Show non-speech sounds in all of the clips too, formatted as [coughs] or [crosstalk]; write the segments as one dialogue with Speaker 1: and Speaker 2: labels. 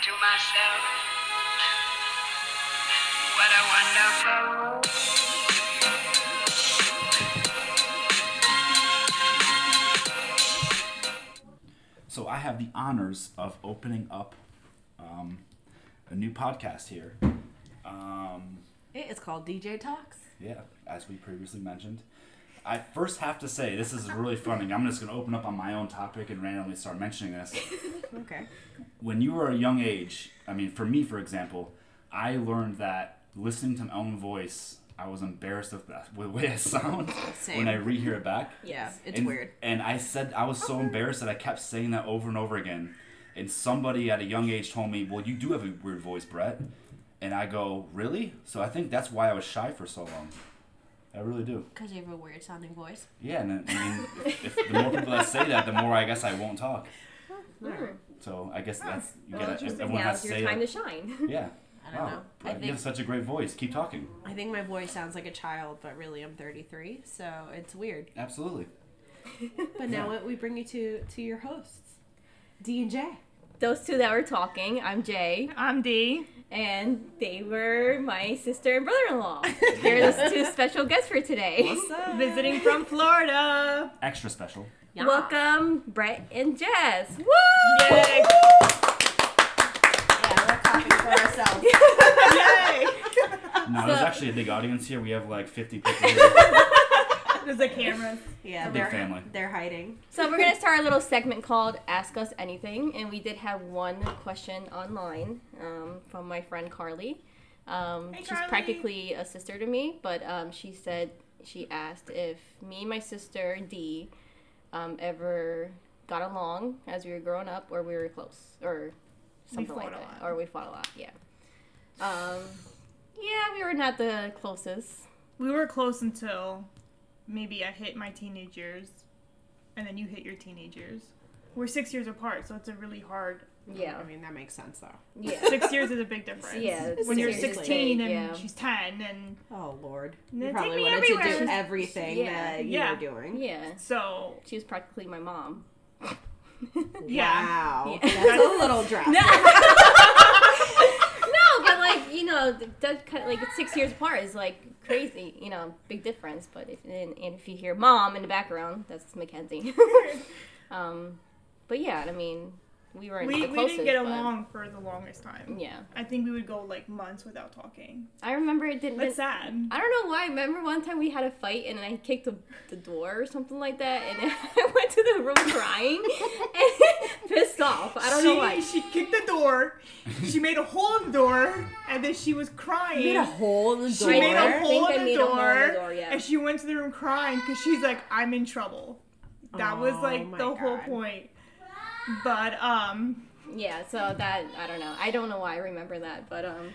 Speaker 1: to myself, what a wonderful world.
Speaker 2: So I have the honors of opening up um, a new podcast here. Um,
Speaker 3: It is called DJ Talks.
Speaker 2: yeah, as we previously mentioned. I first have to say this is really funny. I'm just going to open up on my own topic and randomly start mentioning this.
Speaker 3: Okay.
Speaker 2: When you were a young age, I mean, for me, for example, I learned that listening to my own voice, I was embarrassed of [laughs] the the way I sound when
Speaker 3: Same.
Speaker 2: I rehear it back.
Speaker 3: Yeah, it's
Speaker 2: and,
Speaker 3: weird.
Speaker 2: And I said I was so embarrassed that I kept saying that over and over again. And somebody at a young age told me, "Well, you do have a weird voice, Brett." And I go, "Really?" So I think that's why I was shy for so long. I really do.
Speaker 3: Because you have a weird sounding voice.
Speaker 2: Yeah, and then, I mean, if, if the more people that say that, the more I guess I won't talk. So I guess that's you
Speaker 4: Well,
Speaker 2: gotta,
Speaker 4: Oh, interesting.
Speaker 2: everyone
Speaker 4: Now's
Speaker 2: has to
Speaker 4: your
Speaker 2: say
Speaker 4: time
Speaker 2: that.
Speaker 4: to shine. [laughs]
Speaker 2: Yeah.
Speaker 3: I don't
Speaker 2: wow,
Speaker 3: know. I
Speaker 2: Brett, you
Speaker 3: think-
Speaker 2: have such a great voice. Keep talking.
Speaker 3: I think my voice sounds like a child, but really I'm 33, so it's weird.
Speaker 2: Absolutely.
Speaker 3: But now what we bring you to to your hosts, D and J.
Speaker 4: Those two that were talking, I'm Jay,
Speaker 5: I'm D.
Speaker 4: and they were my sister
Speaker 2: [laughs]
Speaker 4: and brother-in-law. They're the two special guests for today.
Speaker 3: up?
Speaker 5: Visiting from Florida.
Speaker 2: Extra
Speaker 3: [laughs]
Speaker 2: special.
Speaker 4: Welcome, Brett and Jazz. Woo!
Speaker 5: Yay!
Speaker 3: Yeah, we're clapping for [laughs] ourselves.
Speaker 5: Yay!
Speaker 2: No, there's
Speaker 4: So-
Speaker 2: actually a big audience here. We have like 50
Speaker 3: [laughs]
Speaker 2: people here.
Speaker 5: There's a camera.
Speaker 3: Yeah,
Speaker 2: Big
Speaker 3: they're
Speaker 2: family.
Speaker 3: they're hiding.
Speaker 4: So we're gonna start a little segment called "Ask Us Anything," and we did have one question online um, from my friend Carly. Um,
Speaker 5: Hey,
Speaker 4: she's
Speaker 5: Carly.
Speaker 4: practically a sister to me, but um, she said she asked if me and my sister D um, ever got along as we were growing up, or we were close, or something like
Speaker 5: fought a
Speaker 4: that,
Speaker 5: lot.
Speaker 4: or we fought a lot. Yeah. Um, yeah, we were not the closest.
Speaker 5: We were close until maybe I hit my teenage years, and then you hit your teenage years. We're six years apart, so it's a really hard.
Speaker 4: Yeah.
Speaker 3: I mean that makes sense though.
Speaker 4: Yeah. [laughs]
Speaker 5: [laughs] Six years is a big difference.
Speaker 4: Yeah,
Speaker 5: When you're
Speaker 3: seriously.
Speaker 5: 16 and
Speaker 4: Yeah.
Speaker 5: she's 10, and
Speaker 3: Oh lord,
Speaker 5: They
Speaker 3: you
Speaker 5: take
Speaker 3: probably
Speaker 5: me
Speaker 3: wanted to do
Speaker 5: everywhere.
Speaker 3: everything
Speaker 4: Yeah,
Speaker 3: that you
Speaker 5: yeah.
Speaker 3: were doing.
Speaker 4: yeah.
Speaker 5: so
Speaker 4: She was practically my mom.
Speaker 5: [laughs]
Speaker 4: [laughs]
Speaker 5: yeah.
Speaker 3: Wow,
Speaker 4: Yeah.
Speaker 3: that's a little drastic.
Speaker 4: No, but like you know, th- that kind of, like it's six years apart is like crazy. You know, big difference. But if and, and if you hear mom in the background, that's Mackenzie. [laughs] um, but yeah, I mean, we weren't
Speaker 5: We,
Speaker 4: the
Speaker 5: we
Speaker 4: closest.
Speaker 5: didn't get
Speaker 4: but-
Speaker 5: along for the longest time.
Speaker 4: Yeah,
Speaker 5: I think we would go like months without talking.
Speaker 4: I remember it didn't.
Speaker 5: That's sad.
Speaker 4: I don't know why. I remember one time we had a fight and I kicked the, the door or something like that, and [laughs] I went to the room crying [laughs] and pissed off. I don't
Speaker 5: she,
Speaker 4: know why.
Speaker 5: She kicked the door. She made a hole in the door, and then she was crying.
Speaker 3: made a hole in the
Speaker 5: she
Speaker 3: door.
Speaker 5: made
Speaker 4: I
Speaker 5: a hole
Speaker 4: think I
Speaker 5: in the
Speaker 4: made a hole in the
Speaker 5: door,
Speaker 4: door, yeah.
Speaker 5: and she went to the room crying because she's like, "I'm in trouble." That was
Speaker 3: Oh
Speaker 5: like
Speaker 3: my
Speaker 5: the whole
Speaker 3: God.
Speaker 5: point. But um,
Speaker 4: Yeah, so that I don't know. I don't know why I remember that, but um,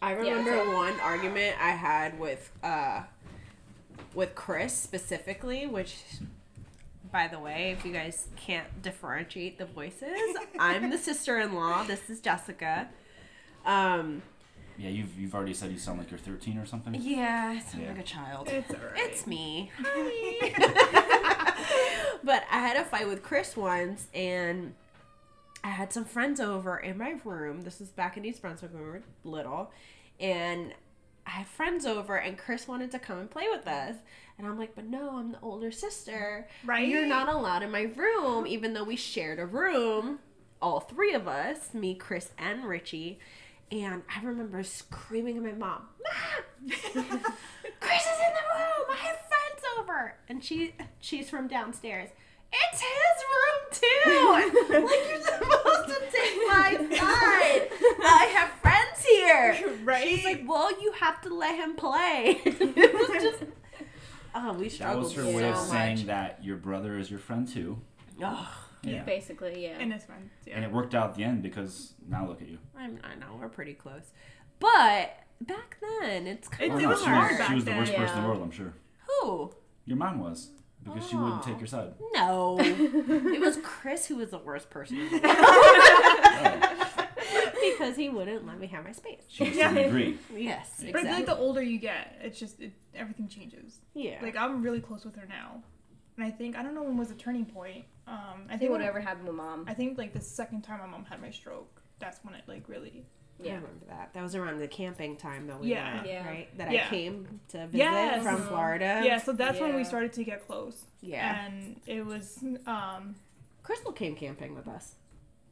Speaker 3: I remember
Speaker 4: so-
Speaker 3: one argument I had with uh with Chris specifically, which by the way, if you guys can't differentiate the voices, I'm the sister-in-law. This is Jessica. Um
Speaker 2: Yeah, you've, you've already said you sound like you're 13 or something.
Speaker 3: yeah, I sound
Speaker 2: Yeah.
Speaker 3: like a child.
Speaker 5: it's alright.
Speaker 3: It's me. [laughs] but I had a fight with Chris once, and I had some friends over in my room. This was back in East Brunswick when we were little, and I had friends over, and Chris wanted to come and play with us, and I'm like, but no, I'm the older sister.
Speaker 5: Right?
Speaker 3: You're not allowed in my room, even though we shared a room, all three of us, me, Chris, and Richie. And I remember screaming at my mom, Mom! Chris is in the room. I have friends over, and she she's from downstairs. It's his room too. [laughs] like you're supposed to take my side. I have friends here.
Speaker 5: Right?
Speaker 3: She's like, well, you have to let him play. [laughs] it was just. Oh, we
Speaker 2: That
Speaker 3: struggled
Speaker 2: was her
Speaker 3: so
Speaker 2: way of
Speaker 3: much.
Speaker 2: saying that your brother is your friend too.
Speaker 3: Ugh,
Speaker 2: Yeah.
Speaker 4: basically, yeah.
Speaker 5: and it's fun. Yeah.
Speaker 2: And it worked out at the end because now look at you.
Speaker 3: I'm, I know we're pretty close, but back then it's kind
Speaker 5: It-
Speaker 3: of
Speaker 5: it was
Speaker 2: she,
Speaker 5: hard
Speaker 2: was,
Speaker 5: back
Speaker 2: she was the
Speaker 5: then.
Speaker 2: worst person in the
Speaker 4: Yeah.
Speaker 2: world, I'm sure.
Speaker 3: Who?
Speaker 2: Your mom was because she wouldn't
Speaker 5: Oh.
Speaker 2: take your
Speaker 5: [laughs]
Speaker 2: side.
Speaker 3: [laughs] No, it was Chris who was the worst person in the world
Speaker 2: Oh,
Speaker 3: because he wouldn't let me have my space.
Speaker 2: she just didn't agree.
Speaker 3: Yes,
Speaker 5: but it's
Speaker 3: exactly.
Speaker 5: like the older you get, it's just it, everything changes.
Speaker 3: yeah.
Speaker 5: Like I'm really close with her now, and I think I don't know when was the turning point. Um, I
Speaker 4: I think
Speaker 5: think when-
Speaker 4: whatever happened to mom.
Speaker 5: I think like the second time my mom had my stroke. that's when it like really.
Speaker 3: I
Speaker 4: Yeah.
Speaker 3: remember that. That was around the camping time that we
Speaker 5: Yeah.
Speaker 3: went,
Speaker 4: Yeah.
Speaker 3: right? That I
Speaker 5: Yeah.
Speaker 3: came to visit
Speaker 5: Yes.
Speaker 3: from Florida.
Speaker 5: yeah, so that's when we
Speaker 4: Yeah.
Speaker 5: started to get close.
Speaker 3: Oh, Yeah.
Speaker 5: And it was um
Speaker 3: Crystal came camping with us.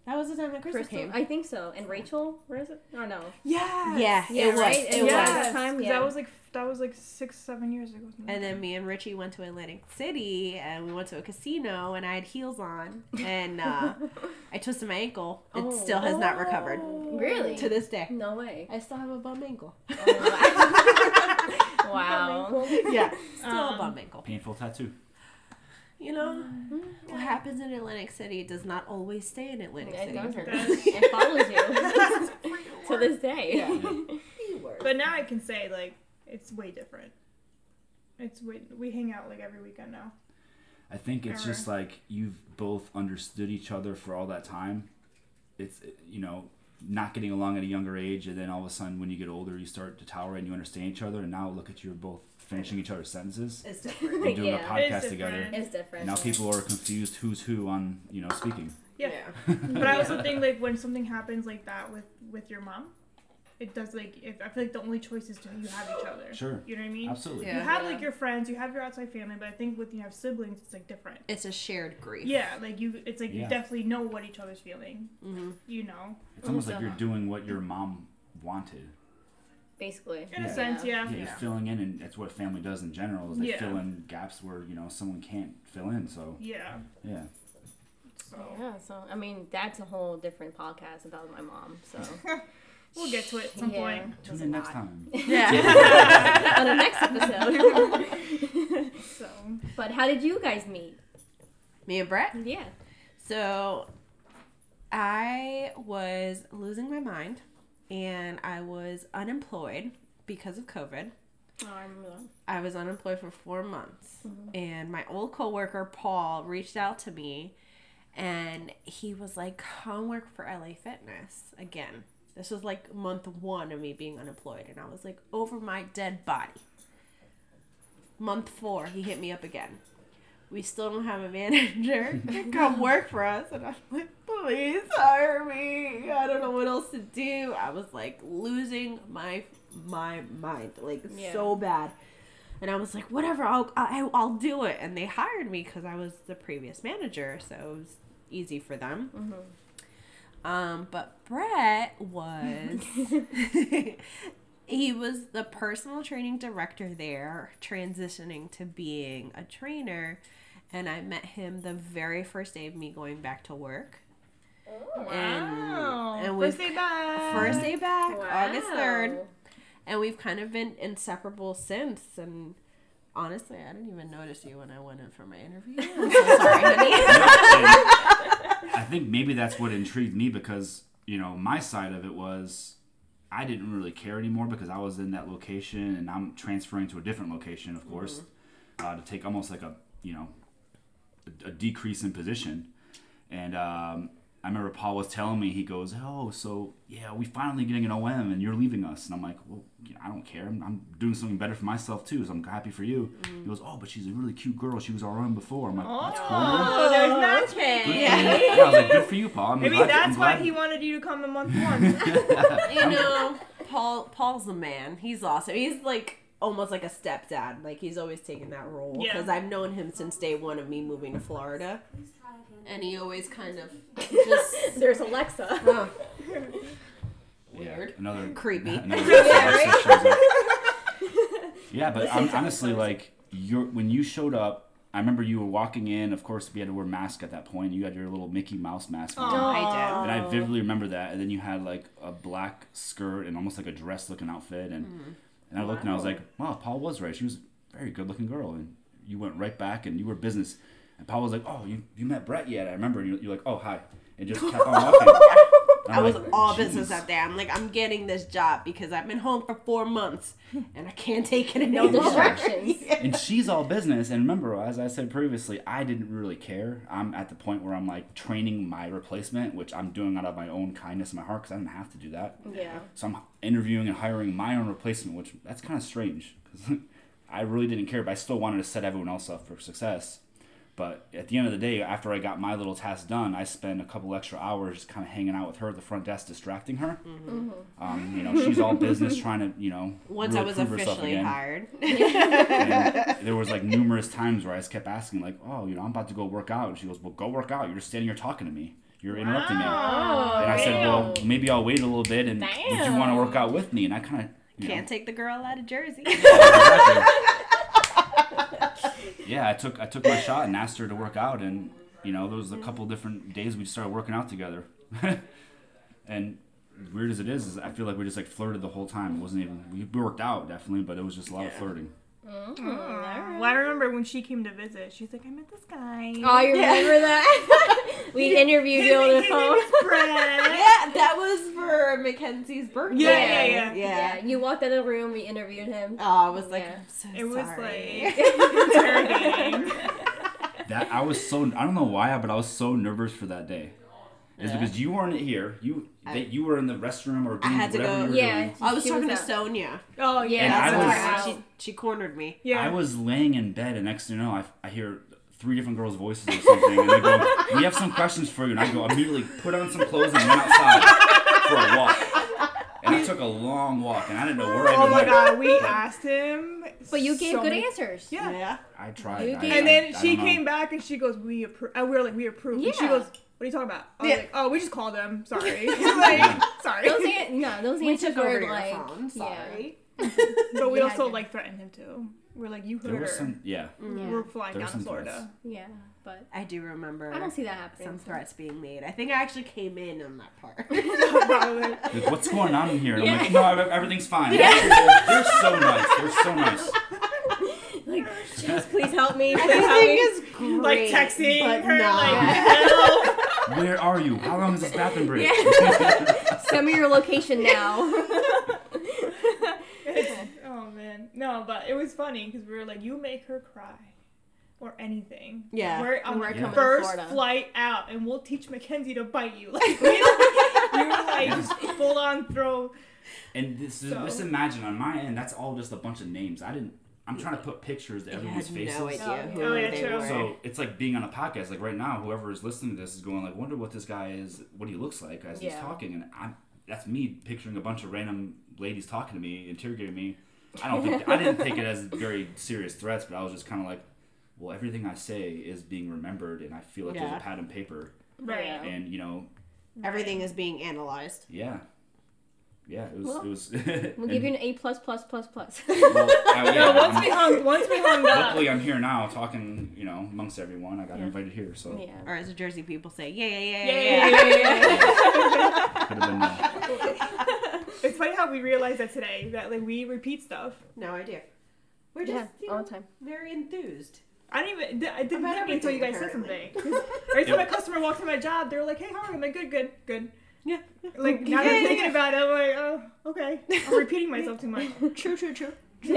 Speaker 3: That was the time that Crystal,
Speaker 4: Crystal,
Speaker 3: came.
Speaker 4: I think so. And Rachel, where is it? Oh no.
Speaker 5: yeah.
Speaker 3: yeah,
Speaker 4: Yeah,
Speaker 3: it was.
Speaker 4: right?
Speaker 3: It was.
Speaker 4: It was.
Speaker 5: Yes,
Speaker 4: time,
Speaker 5: 'cause
Speaker 4: yeah.
Speaker 5: That was like that was like 6 7 years ago. something
Speaker 3: And
Speaker 5: like
Speaker 3: then me and Richie went to Atlantic City and we went to a casino and I had heels on and
Speaker 4: [laughs]
Speaker 3: uh, I twisted my ankle. It
Speaker 4: Oh.
Speaker 3: still has not recovered
Speaker 4: Really?
Speaker 3: to this day.
Speaker 4: No
Speaker 5: [laughs]
Speaker 4: way.
Speaker 3: I still have a bum [laughs] ankle.
Speaker 4: Oh, wow.
Speaker 3: yeah, still a
Speaker 5: Um,
Speaker 3: bum ankle.
Speaker 2: Painful
Speaker 5: [laughs]
Speaker 2: tattoo.
Speaker 3: You know, what happens in Atlantic City does not always stay in
Speaker 4: [laughs]
Speaker 3: Atlantic
Speaker 4: It
Speaker 3: City.
Speaker 4: doesn't.
Speaker 5: Does.
Speaker 4: It follows you [laughs] to this day.
Speaker 5: that. But now I can say like it's way different. It's way, we hang out like every weekend now.
Speaker 2: I think it's
Speaker 5: Ever.
Speaker 2: just like you've both understood each other for all that time. It's uh, you know not getting along at a younger age, and then all of a sudden when you get older, you start to tower and you understand each other. And now look at you're both finishing each other's sentences
Speaker 3: It's different.
Speaker 2: and doing
Speaker 4: Yeah.
Speaker 2: a podcast
Speaker 5: It's
Speaker 2: together.
Speaker 5: different.
Speaker 4: It's different.
Speaker 2: And now people are confused who's who on you know speaking.
Speaker 5: Yeah. [laughs] But I also think like when something happens like that with with your mom, it does like if I feel like the only choice is to you have each other.
Speaker 2: Sure.
Speaker 5: You know what I
Speaker 2: [laughs]
Speaker 5: mean?
Speaker 2: Absolutely.
Speaker 3: Yeah.
Speaker 5: You have
Speaker 4: Yeah.
Speaker 5: like your friends, you have your outside family, but I think with you have siblings, it's like different.
Speaker 3: It's a shared grief. [laughs]
Speaker 5: Yeah, like you, it's like you
Speaker 2: Yeah.
Speaker 5: definitely know what each other's feeling. You know,
Speaker 2: It's almost
Speaker 4: Mhm.
Speaker 2: like you're doing what your mom wanted.
Speaker 4: Basically.
Speaker 5: in
Speaker 2: Yeah.
Speaker 5: a sense, yeah.
Speaker 2: Yeah, you're
Speaker 3: Yeah.
Speaker 2: filling in, and that's what family does in general. Is they
Speaker 5: Yeah.
Speaker 2: fill in gaps where you know someone can't fill in. So
Speaker 5: Yeah.
Speaker 2: yeah,
Speaker 5: So
Speaker 4: Yeah, so I mean that's a whole different podcast about my mom.
Speaker 5: [laughs]
Speaker 4: So
Speaker 5: we'll get to it at some
Speaker 4: Yeah.
Speaker 5: point.
Speaker 2: tune in next time.
Speaker 4: [laughs] on the next episode.
Speaker 2: [laughs]
Speaker 5: So
Speaker 4: but how did you guys meet?
Speaker 3: Me and Brett.
Speaker 4: Yeah.
Speaker 3: So I was losing my mind and I was unemployed because of COVID.
Speaker 4: Oh, I remember
Speaker 5: Um,
Speaker 4: that.
Speaker 3: I was unemployed for four months, and my old coworker Paul reached out to me, and he was like, "Come work for LA Fitness again." This was like month one of me being unemployed, and I was like, "Over my dead body." Month four, he hit me up again. We still don't have a manager. Come work for us, and I'm like, "Please hire me." I don't know what else to do. I was like losing my my mind, like
Speaker 4: Yeah.
Speaker 3: so bad. And I was like, whatever, I'll, I, I'll do it. And they hired me because I was the previous manager, so it was easy for them. Um, but Brett
Speaker 5: [laughs]
Speaker 3: was, he was the personal training director there, transitioning to being a trainer. And I met him the very first day of me going back to work.
Speaker 5: wow.
Speaker 3: and
Speaker 5: first
Speaker 3: we've-
Speaker 5: day back.
Speaker 3: First day back, August 3rd
Speaker 4: [laughs] Wow.
Speaker 3: and we've kind of been inseparable since and honestly i didn't even notice you when i went in for my interview i'm so sorry honey
Speaker 2: No, and I think maybe that's what intrigued me because you know my side of it was I didn't really care anymore because I was in that location and I'm transferring to a different location, of course, uh, to take almost like a you know a, a decrease in position. And um, I remember Paul was telling me he goes, "Oh, so yeah, we finally getting an OM and you're leaving us." And I'm like, "Well, you know, I don't care. I'm, I'm doing something better for myself too, so I'm happy for you." He goes, "Oh, but she's a really cute girl. She was our OM before." I'm like, "That's cool." man."
Speaker 5: Oh, there's match.
Speaker 2: Good
Speaker 3: okay
Speaker 2: for you. Yeah, I was like, good for you, Paul. I'm
Speaker 5: Maybe
Speaker 2: glad,
Speaker 5: that's
Speaker 2: I'm
Speaker 5: why
Speaker 2: glad-
Speaker 5: he wanted you to come in month one.
Speaker 3: you know paul paul's the man he's awesome he's like almost like a stepdad like he's always taken that role
Speaker 5: Yeah.
Speaker 3: because i've known him since day one of me moving to florida and he always kind of just
Speaker 4: [laughs] [laughs] There's Alexa.
Speaker 3: Huh.
Speaker 2: Yeah,
Speaker 3: Weird.
Speaker 2: another [laughs]
Speaker 3: Creepy.
Speaker 2: another-
Speaker 4: right?
Speaker 2: shows up. Yeah, but I'm honestly like you're when you showed up. I remember you were walking in. Of course, we had to wear masks at that point. You had your little Mickey Mouse mask on.
Speaker 5: Aw.
Speaker 3: i
Speaker 2: And I vividly remember that. And then you had like a black skirt and almost like a dress looking outfit.
Speaker 3: Hmm.
Speaker 2: And and I looked and I was like, wow, Paul was right. She was a very good looking girl. And you went right back and you were business. And Paul was like, oh, you, you met Brett yet? I remember. And you, you're like, oh, hi. And just kept on
Speaker 3: [laughs]
Speaker 2: walking. And
Speaker 3: did i
Speaker 2: I'm
Speaker 3: was
Speaker 2: like,
Speaker 3: all
Speaker 2: "Jeez."
Speaker 3: business out there i'm like i'm getting this job because i've been home for four months and i can't take it [laughs] anymore
Speaker 4: Distractions. [laughs]
Speaker 2: and she's all business. And remember, as I said previously, I didn't really care. I'm at the point where I'm like training my replacement, which I'm doing out of my own kindness in my heart because I didn't have to do that.
Speaker 4: Yeah.
Speaker 2: So I'm interviewing and hiring my own replacement, which that's [laughs] kind of strange because I really didn't care, but I still wanted to set everyone else up for success. But at the end of the day, after I got my little task done, I spent a couple extra hours just kind of hanging out with her at the front desk, distracting her. Um, you know, she's all business, trying to you know.
Speaker 3: Mm-hmm. Once I
Speaker 2: really
Speaker 3: was
Speaker 2: prove herself
Speaker 3: officially
Speaker 2: again.
Speaker 3: hired.
Speaker 2: And there was like numerous times where I just kept asking, like, "Oh, you know, I'm about to go work out," and she goes, "Well, go work out. You're just standing here talking to me. You're interrupting me."
Speaker 5: Wow.
Speaker 2: And I said, "Well,
Speaker 4: Oh, Damn.
Speaker 2: maybe I'll wait a little bit. And would you want to work out with me?" And I kind of
Speaker 3: Can't take the girl out of Jersey.
Speaker 2: yeah, I took I took my shot and asked her to work out, and you know there was a couple different days we started working out together. [laughs] and weird as it is, is I feel like we just like flirted the whole time. It wasn't even we- we worked out definitely, but it was just a lot of flirting.
Speaker 4: Mm-hmm.
Speaker 5: Well, I remember when she came to visit, she's like, I met this guy.
Speaker 4: Oh, you remember that? [laughs] we interviewed you on the
Speaker 5: His
Speaker 4: phone.
Speaker 5: name is
Speaker 3: [laughs]
Speaker 5: Brett.
Speaker 3: yeah, that was for Mackenzie's birthday.
Speaker 5: Yeah, yeah, yeah.
Speaker 3: yeah.
Speaker 4: you walked out of the room. We interviewed him.
Speaker 3: Oh, I was like,
Speaker 4: Yeah.
Speaker 3: I'm so
Speaker 5: It was
Speaker 3: sorry.
Speaker 5: like [laughs] interrogating.
Speaker 2: That I was so I don't know why, but I was so nervous for that day. Is because you weren't here. You that you were in the restroom or doing
Speaker 3: had to
Speaker 2: whatever
Speaker 3: go-
Speaker 2: you were
Speaker 4: Yeah.
Speaker 2: doing.
Speaker 3: I was
Speaker 4: She
Speaker 3: talking to
Speaker 4: was out.
Speaker 3: Sonia.
Speaker 5: Oh yeah,
Speaker 2: And I
Speaker 5: that's
Speaker 2: was-
Speaker 5: right.
Speaker 3: she, she cornered me.
Speaker 5: yeah.
Speaker 2: I was laying in bed, and next thing you know, I, I hear three different girls' voices or something, and they go, "We have some questions for you." And I go immediately put on some clothes and went outside for a walk. And I took a long walk, and I didn't know where I even
Speaker 5: Oh my
Speaker 2: went.
Speaker 5: god, we asked him.
Speaker 4: But you gave
Speaker 5: so
Speaker 4: good
Speaker 5: many-
Speaker 4: answers.
Speaker 5: Yeah.
Speaker 2: I tried.
Speaker 4: You
Speaker 2: I-
Speaker 4: did.
Speaker 2: I-
Speaker 5: And then
Speaker 2: I
Speaker 5: she
Speaker 2: don't know.
Speaker 5: came back and she goes, "We approve." And we were like, "We approve." And she
Speaker 4: Yeah.
Speaker 5: goes, "What are you talking about?" I was
Speaker 3: Yeah.
Speaker 5: like, "Oh, we just called them. Sorry, [laughs] like,
Speaker 4: [laughs]
Speaker 5: sorry."
Speaker 4: Those an- no,
Speaker 3: [laughs]
Speaker 4: those
Speaker 3: We
Speaker 4: answers
Speaker 3: took over
Speaker 4: were
Speaker 3: your
Speaker 4: like,
Speaker 3: phone. Sorry.
Speaker 5: but we
Speaker 4: Yeah,
Speaker 5: also
Speaker 4: yeah.
Speaker 5: like threatened him too. We're like, "You
Speaker 2: There
Speaker 5: heard her.
Speaker 2: was some, yeah.
Speaker 4: yeah, yeah,
Speaker 5: We're flying
Speaker 2: There were
Speaker 5: down to
Speaker 2: some
Speaker 5: Florida."
Speaker 4: yeah. But
Speaker 3: I do remember
Speaker 4: I don't see that happening.
Speaker 3: some threats being made. I think I actually came in on that part.
Speaker 5: [laughs] Probably.
Speaker 4: [laughs]
Speaker 2: Like, what's going on in here? And I'm
Speaker 4: Yeah.
Speaker 2: like, no, ev- everything's fine. They're so nice. They're so nice.
Speaker 4: Like, just please
Speaker 3: [laughs]
Speaker 4: help me. Please help
Speaker 3: Everything
Speaker 4: me.
Speaker 3: is great.
Speaker 5: Like texting
Speaker 3: but
Speaker 5: her,
Speaker 3: not.
Speaker 5: like, "Help."
Speaker 2: Where are you? How long is this bathroom break?
Speaker 4: [laughs] Send me your location now.
Speaker 5: oh man, no, but it was funny because we were like, "You make her cry." Or anything.
Speaker 3: Yeah.
Speaker 5: We're on
Speaker 4: We're
Speaker 5: the
Speaker 4: coming to
Speaker 5: first
Speaker 4: Florida.
Speaker 5: flight out, and we'll teach Mackenzie to bite you. [laughs] Like, we don't- you were like, just full on throw.
Speaker 2: And this is
Speaker 5: So-
Speaker 2: just imagine on my end, that's all just a bunch of names. I didn't. I'm trying to put pictures to
Speaker 3: You
Speaker 2: everyone's
Speaker 3: had
Speaker 2: faces.
Speaker 3: no idea who
Speaker 5: Oh, yeah,
Speaker 3: they
Speaker 5: true.
Speaker 3: were.
Speaker 2: So it's like being on a podcast. Like right now, whoever is listening to this is going like, "Wonder what this guy is, what he looks like as he's
Speaker 4: Yeah.
Speaker 2: talking." And I'm that's me picturing a bunch of random ladies talking to me, interrogating me. I don't think I didn't take it as very serious threats, but I was just kind of like, "Well, everything I say is being remembered, and I feel like there's
Speaker 3: Yeah.
Speaker 2: a pad and paper,
Speaker 5: Right.
Speaker 4: Yeah.
Speaker 2: and you know,
Speaker 3: Everything is being analyzed.
Speaker 2: yeah." Yeah, it was.
Speaker 4: Well,
Speaker 2: it was. [laughs]
Speaker 4: We'll give you an A plus plus plus plus. [laughs]
Speaker 2: well, I- yeah, I'm-
Speaker 5: Once we hung, once we hung up.
Speaker 2: Luckily, I'm here now talking, you know, amongst everyone. I got invited here, so
Speaker 4: Yeah.
Speaker 3: Or as the Jersey people say, yeah, yeah, yeah, yeah, yeah.
Speaker 5: Yeah, yeah, yeah, yeah, yeah.
Speaker 2: could have been. Uh,
Speaker 5: It's funny how we realized that today that like we repeat stuff.
Speaker 3: No idea. We're
Speaker 4: Yeah,
Speaker 3: just you
Speaker 4: all
Speaker 3: know,
Speaker 4: the [laughs] time.
Speaker 3: very enthused.
Speaker 5: I didn't even. I didn't
Speaker 3: About
Speaker 5: think me until you guys said something.
Speaker 3: everything,
Speaker 5: 'Cause Every time a customer walked in my job, they were like, "Hey, how are you?" I'm like, "Good, good, good."
Speaker 3: Yeah.
Speaker 5: Like now that I'm thinking about it, I'm like, "Oh, okay." [laughs] I'm repeating myself too much.
Speaker 3: [laughs] True, true, true.
Speaker 4: [laughs]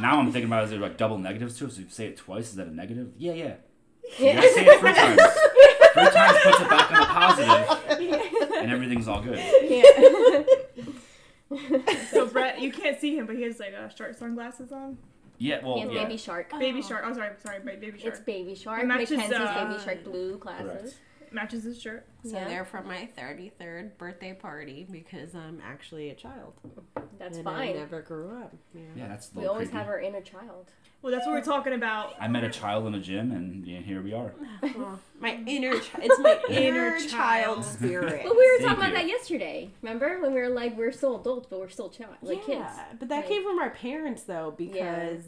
Speaker 2: now I'm thinking about is there like double negatives too? So you say it twice, is that a negative? Yeah, yeah.
Speaker 4: [laughs]
Speaker 2: You
Speaker 4: Yeah.
Speaker 2: gotta say
Speaker 3: [laughs]
Speaker 2: it three times. Three times puts it back on the positive, and everything's all good.
Speaker 5: So Brett, you can't see him, but he has like uh, shark sunglasses on.
Speaker 2: Yeah, well,
Speaker 4: He has
Speaker 2: yeah.
Speaker 4: baby shark.
Speaker 5: Baby shark. Oh, sorry, sorry, ba- baby
Speaker 4: It's
Speaker 5: shark
Speaker 4: baby shark.
Speaker 5: It matches,
Speaker 4: Mackenzie's
Speaker 5: uh,
Speaker 4: baby shark blue glasses.
Speaker 2: Correct.
Speaker 5: matches his shirt.
Speaker 3: So
Speaker 4: Yeah.
Speaker 3: they're for my 33rd birthday party because I'm actually a child.
Speaker 4: That's
Speaker 3: and I
Speaker 4: fine.
Speaker 3: never grew up. you know.
Speaker 2: Yeah, that's a
Speaker 4: We
Speaker 2: little
Speaker 4: always
Speaker 2: creepy.
Speaker 4: have our inner child.
Speaker 5: Well, that's what we're talking about.
Speaker 2: I met a child in a gym, and yeah, here we are.
Speaker 3: Well, my inner chi- it's my [laughs] inner
Speaker 5: Inner
Speaker 3: child
Speaker 5: child.
Speaker 3: spirit.
Speaker 4: But we were
Speaker 2: Thank
Speaker 4: talking about
Speaker 2: you.
Speaker 4: that yesterday. Remember when we were like, we're still adults, but we're still child, like kids.
Speaker 3: But that
Speaker 4: Like-
Speaker 3: came from our parents though, because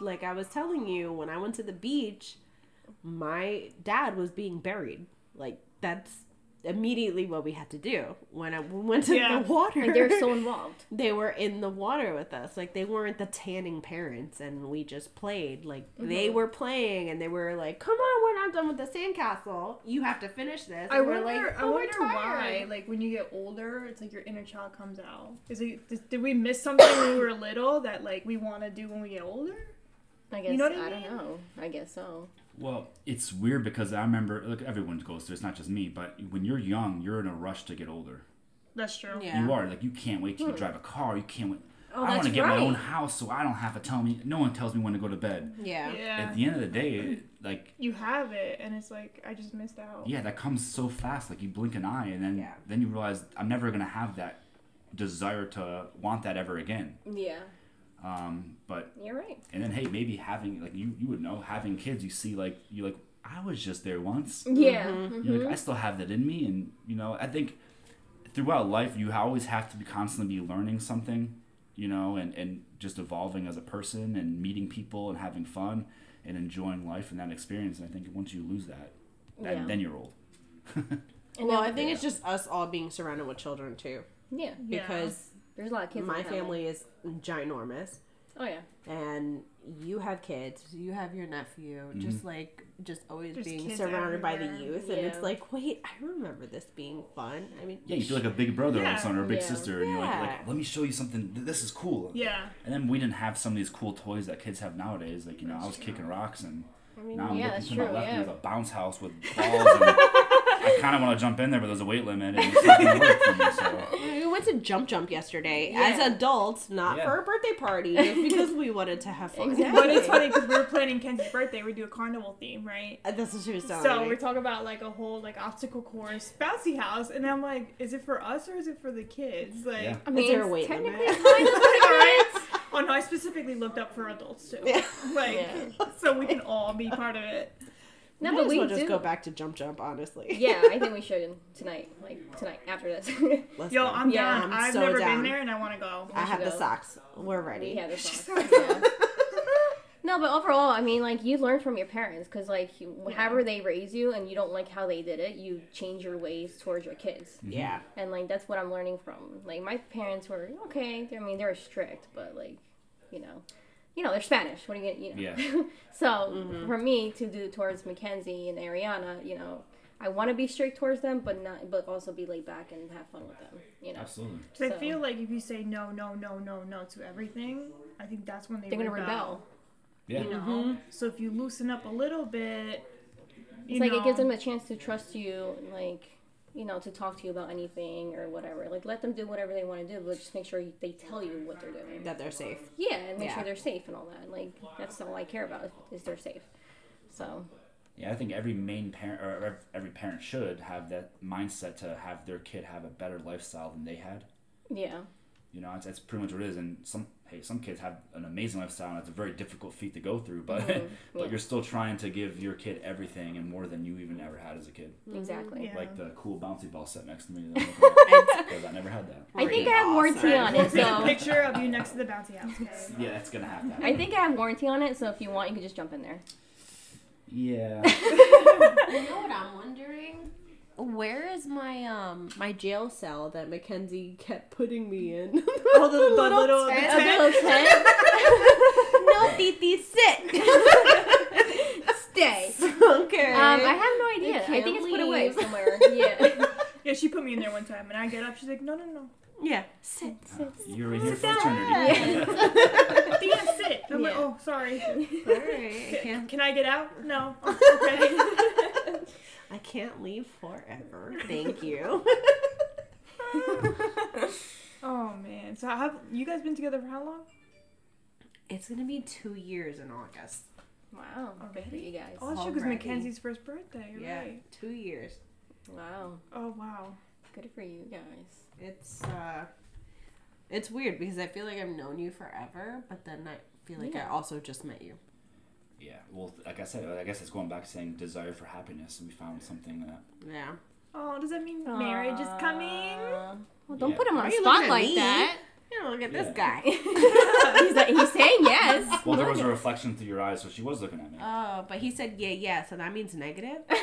Speaker 3: like I was telling you, when I went to the beach, my dad was being buried. Like that's immediately what we had to do when I we went to
Speaker 5: Yeah.
Speaker 3: the water.
Speaker 4: Like they're [laughs] so involved.
Speaker 3: they were in the water with us. Like they weren't the tanning parents and we just played. Like they
Speaker 5: Mm-hmm.
Speaker 3: were playing and they were like, Come on, we're not done with the sandcastle. You have to finish this.
Speaker 5: I
Speaker 3: And we're
Speaker 5: wonder.
Speaker 3: like,
Speaker 5: I
Speaker 3: "But we're
Speaker 5: wonder why.
Speaker 3: tired."
Speaker 5: Like when you get older, it's like your inner child comes out. Is it? Did, did we miss something when we [coughs] were little that like we want to do when we get older?
Speaker 4: I guess
Speaker 5: know what I
Speaker 4: I,
Speaker 5: mean?
Speaker 4: don't know. I guess so.
Speaker 2: Well, it's weird because I remember, like everyone goes through. It's not just me, but when you're young, you're in a rush to get older.
Speaker 5: That's true.
Speaker 3: Yeah.
Speaker 2: You are like you can't wait till you drive a car. You can't wait. I
Speaker 4: Oh,
Speaker 2: want
Speaker 4: that's
Speaker 2: to get
Speaker 4: right.
Speaker 2: my own house, so I don't have to tell me. No one tells me when to go to bed.
Speaker 3: Yeah.
Speaker 5: Yeah.
Speaker 2: At the end of the day, like
Speaker 5: you have it, and it's like I just missed out.
Speaker 2: yeah, that comes so fast. Like you blink an eye, and then
Speaker 3: Yeah.
Speaker 2: then you realize I'm never gonna have that desire to want that ever again.
Speaker 4: Yeah,
Speaker 2: Um, but
Speaker 4: you're right.
Speaker 2: and then hey, maybe having like you you would know having kids, you see like you like I was just there once.
Speaker 4: Yeah.
Speaker 3: Mm-hmm.
Speaker 2: You're like I still have that in me, and you know I think throughout life you always have to be constantly be learning something, you know, and and just evolving as a person and meeting people and having fun and enjoying life and that experience. And I think once you lose that, then,
Speaker 4: Yeah.
Speaker 2: then you're old. [laughs]
Speaker 4: And
Speaker 3: well,
Speaker 4: then-
Speaker 3: I think it's just us all being surrounded with children too,
Speaker 4: yeah.
Speaker 5: Yeah.
Speaker 3: because
Speaker 4: There's a lot of kids. in
Speaker 3: my
Speaker 4: the
Speaker 3: family is ginormous,
Speaker 4: Oh yeah.
Speaker 3: and you have kids, you have your nephew,
Speaker 2: Mm-hmm.
Speaker 3: just like just always
Speaker 5: There's
Speaker 3: being
Speaker 5: kids
Speaker 3: surrounded by the
Speaker 5: everywhere.
Speaker 3: youth, and it's
Speaker 4: Yeah.
Speaker 3: like, wait, I remember this being fun. I mean,
Speaker 2: Yeah, you feel like a big brother all of
Speaker 5: Yeah.
Speaker 2: a sudden or a big
Speaker 4: Yeah.
Speaker 2: sister, and you're like,
Speaker 3: Yeah.
Speaker 2: like, let me show you something. Th- This is cool.
Speaker 5: Yeah.
Speaker 2: And then we didn't have some of these cool toys that kids have nowadays. Like, you know, I was kicking rocks and now I'm
Speaker 4: yeah,
Speaker 2: looking
Speaker 4: that's
Speaker 2: to my
Speaker 4: true,
Speaker 2: left and
Speaker 4: yeah.
Speaker 2: there's a bounce house with balls. and
Speaker 4: [laughs]
Speaker 2: I kind of want to jump in there, but there's a weight limit and it's not going to work for me. So, Mm-hmm.
Speaker 3: we went to Jump Jump yesterday
Speaker 4: Yeah.
Speaker 3: as adults, not
Speaker 2: Yeah.
Speaker 3: for a birthday party, [laughs] just because we wanted to have fun.
Speaker 4: Exactly.
Speaker 5: But [laughs] it's funny because we were planning Kenzie's birthday. We do a carnival theme, right?
Speaker 3: And [laughs] That's what she was telling
Speaker 5: So
Speaker 3: me.
Speaker 5: we're talking about like a whole like obstacle course, bouncy house, and I'm like, is it for us or is it for the kids? Like,
Speaker 2: Yeah.
Speaker 4: I
Speaker 3: Is there a
Speaker 4: it's
Speaker 3: weight
Speaker 4: technically
Speaker 3: limit? [laughs]
Speaker 4: kind of like-
Speaker 5: oh no, I specifically looked up for adults too.
Speaker 3: Yeah.
Speaker 5: [laughs] Like,
Speaker 4: Yeah.
Speaker 5: so we can all be part of it.
Speaker 4: [laughs] No,
Speaker 3: Might
Speaker 4: but
Speaker 3: as
Speaker 4: we
Speaker 3: well just
Speaker 4: do.
Speaker 3: go back to Jump Jump, honestly.
Speaker 4: Yeah, I think we should tonight. Like tonight after this.
Speaker 3: [laughs]
Speaker 4: [laughs]
Speaker 3: Let's
Speaker 5: Yo,
Speaker 3: go.
Speaker 5: I'm
Speaker 4: Yeah,
Speaker 5: down.
Speaker 3: I'm
Speaker 5: I've
Speaker 3: so
Speaker 5: never
Speaker 3: down.
Speaker 5: been there, and I want to go.
Speaker 3: I have the
Speaker 4: go.
Speaker 3: socks. We're ready.
Speaker 4: we had this. All, yeah. No, but overall, I mean, like you learn from your parents because, like, you, however they raise you, and you don't like how they did it, you change your ways towards your kids,
Speaker 3: Yeah.
Speaker 4: and like that's what I'm learning from. Like my parents were okay. I mean, they were strict, but like, you know, you know, they're Spanish. What are you gonna, you know? [laughs]
Speaker 2: Yeah.
Speaker 4: so for me to do towards Mackenzie and Ariana, you know, I want to be strict towards them, but not, but also be laid back and have fun with them. You know,
Speaker 2: absolutely.
Speaker 4: So-
Speaker 5: 'Cause I feel like if you say no, no, no, no, no to everything, I think that's when they
Speaker 4: they're gonna rebel.
Speaker 2: Yeah.
Speaker 5: You know. So if you loosen up a little bit, you
Speaker 4: It's like it gives
Speaker 5: know,
Speaker 4: them a chance to trust you, like you know, to talk to you about anything or whatever. Like let them do whatever they want to do, but just make sure they tell you what they're doing.
Speaker 3: That they're safe.
Speaker 4: Yeah, and make
Speaker 3: Yeah.
Speaker 4: sure they're safe and all that. Like that's all I care about is they're safe. So
Speaker 2: Yeah, I think every main parent or ev- every parent should have that mindset to have their kid have a better lifestyle than they had.
Speaker 4: yeah,
Speaker 2: You know, that's, that's pretty much what it is. And some hey, some kids have an amazing lifestyle, and it's a very difficult feat to go through. But [laughs] but
Speaker 4: Mm-hmm. yeah.
Speaker 2: you're still trying to give your kid everything and more than you even ever had as a kid.
Speaker 4: exactly.
Speaker 5: Yeah.
Speaker 2: Like the cool bouncy ball set next to
Speaker 4: [laughs]
Speaker 2: me. That I'm looking at, because I never had that.
Speaker 4: I think I have warranty on
Speaker 5: We'll
Speaker 4: it,
Speaker 5: take a
Speaker 4: so
Speaker 5: picture of you next to the bouncy house. guys.
Speaker 2: Yeah, that's gonna have that.
Speaker 4: I think I have warranty on it. So if you want, you can just jump in there. [laughs]
Speaker 2: Yeah.
Speaker 3: You know what I'm wondering? Where is my um my jail cell that Mackenzie kept putting me [laughs] in?
Speaker 5: Oh, the, the little,
Speaker 4: A
Speaker 5: tent.
Speaker 3: [laughs]
Speaker 4: little
Speaker 5: [laughs]
Speaker 3: no,
Speaker 4: tent.
Speaker 3: Titi, sit. [laughs]
Speaker 4: Stay.
Speaker 3: okay.
Speaker 4: Um, I have no idea. I
Speaker 3: can't
Speaker 4: think it's put away
Speaker 3: leave.
Speaker 4: somewhere. Yeah.
Speaker 5: Yeah, she put me in there one time, and I get up. She's like, no, no, no,
Speaker 3: yeah, sit.
Speaker 2: Uh, You're in here for eternity.
Speaker 4: [laughs]
Speaker 5: damn, sit. [laughs] I'm like,
Speaker 4: Yeah.
Speaker 5: oh, sorry.
Speaker 3: All right, I can't.
Speaker 5: Can I get out?
Speaker 4: [laughs]
Speaker 5: No. Oh, okay.
Speaker 3: [laughs]
Speaker 5: [laughs]
Speaker 3: I can't leave forever. [laughs] Thank you.
Speaker 5: oh man. So have you guys been together for how long?
Speaker 3: it's gonna be two years in August.
Speaker 4: [laughs] Wow. Good for you guys.
Speaker 5: All it shook was
Speaker 3: Already.
Speaker 5: Mackenzie's first birthday. You're
Speaker 3: Yeah,
Speaker 5: Right.
Speaker 3: two years.
Speaker 4: Wow.
Speaker 5: Oh wow.
Speaker 4: Good for you guys.
Speaker 3: It's uh, it's weird because I feel like I've known you forever, but then I feel like I
Speaker 4: Yeah.
Speaker 3: also just met you.
Speaker 2: [laughs] yeah. Well, like I said, I guess it's going back to saying desire for happiness, and we found something that.
Speaker 3: Yeah.
Speaker 5: Oh, does that mean marriage is coming?
Speaker 4: Well, don't
Speaker 2: Yeah.
Speaker 4: put him
Speaker 3: Why
Speaker 4: on
Speaker 3: are
Speaker 4: the
Speaker 3: you
Speaker 4: spot
Speaker 3: looking at
Speaker 4: like
Speaker 3: me?
Speaker 4: that.
Speaker 3: You know, look at
Speaker 2: Yeah.
Speaker 3: this guy.
Speaker 4: [laughs] he's, like, he's saying [laughs] yes.
Speaker 2: Well, there was a reflection through your eyes, so she was
Speaker 4: [laughs]
Speaker 2: looking at me.
Speaker 3: Oh, but he said yeah, yeah, so that means negative.
Speaker 2: Jeez,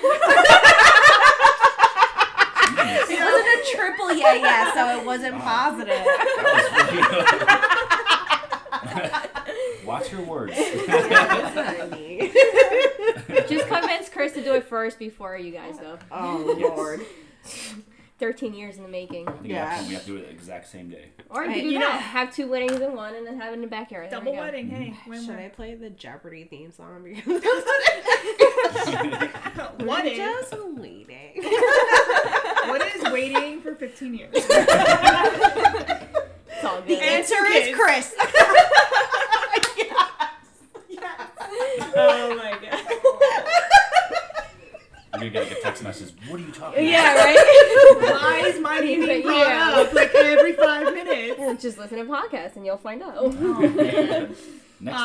Speaker 3: It wasn't a triple yeah, yeah, so it wasn't
Speaker 2: Wow. [laughs]
Speaker 3: positive.
Speaker 2: that
Speaker 4: [laughs]
Speaker 2: was really- Watch your words. [laughs]
Speaker 3: That's what I mean.
Speaker 4: Just convince Chris to do it first before you guys go.
Speaker 3: Oh lord.
Speaker 4: 13 years in the making.
Speaker 2: I think at that
Speaker 3: Yeah.
Speaker 2: point we have to do it the exact same day.
Speaker 4: Or you
Speaker 3: Right.
Speaker 4: could do
Speaker 5: You
Speaker 4: that.
Speaker 5: know-
Speaker 4: Have two weddings in one and then have it in the backyard. There
Speaker 5: Double
Speaker 4: we go. Mm.
Speaker 5: wedding. Hey, win
Speaker 3: Should I
Speaker 5: win.
Speaker 3: play the Jeopardy theme song? [laughs] Because that's what
Speaker 5: [laughs] What
Speaker 3: I'm
Speaker 5: is?
Speaker 3: just waiting.
Speaker 5: What
Speaker 4: [laughs]
Speaker 5: is waiting for 15 years?
Speaker 4: It's all
Speaker 3: The
Speaker 4: good.
Speaker 5: And-
Speaker 3: answer
Speaker 5: two
Speaker 3: is
Speaker 5: kids.
Speaker 3: Chris.
Speaker 2: gonna get like a text message. What are you talking about?
Speaker 4: [laughs]
Speaker 5: [laughs]
Speaker 4: Yeah, right?
Speaker 5: Why is
Speaker 4: [laughs]
Speaker 5: my name being brought
Speaker 4: Yeah.
Speaker 5: up like every
Speaker 4: [laughs]
Speaker 5: five minutes?
Speaker 4: Just listen to podcasts and you'll find out.
Speaker 2: [laughs] Next
Speaker 4: Uh,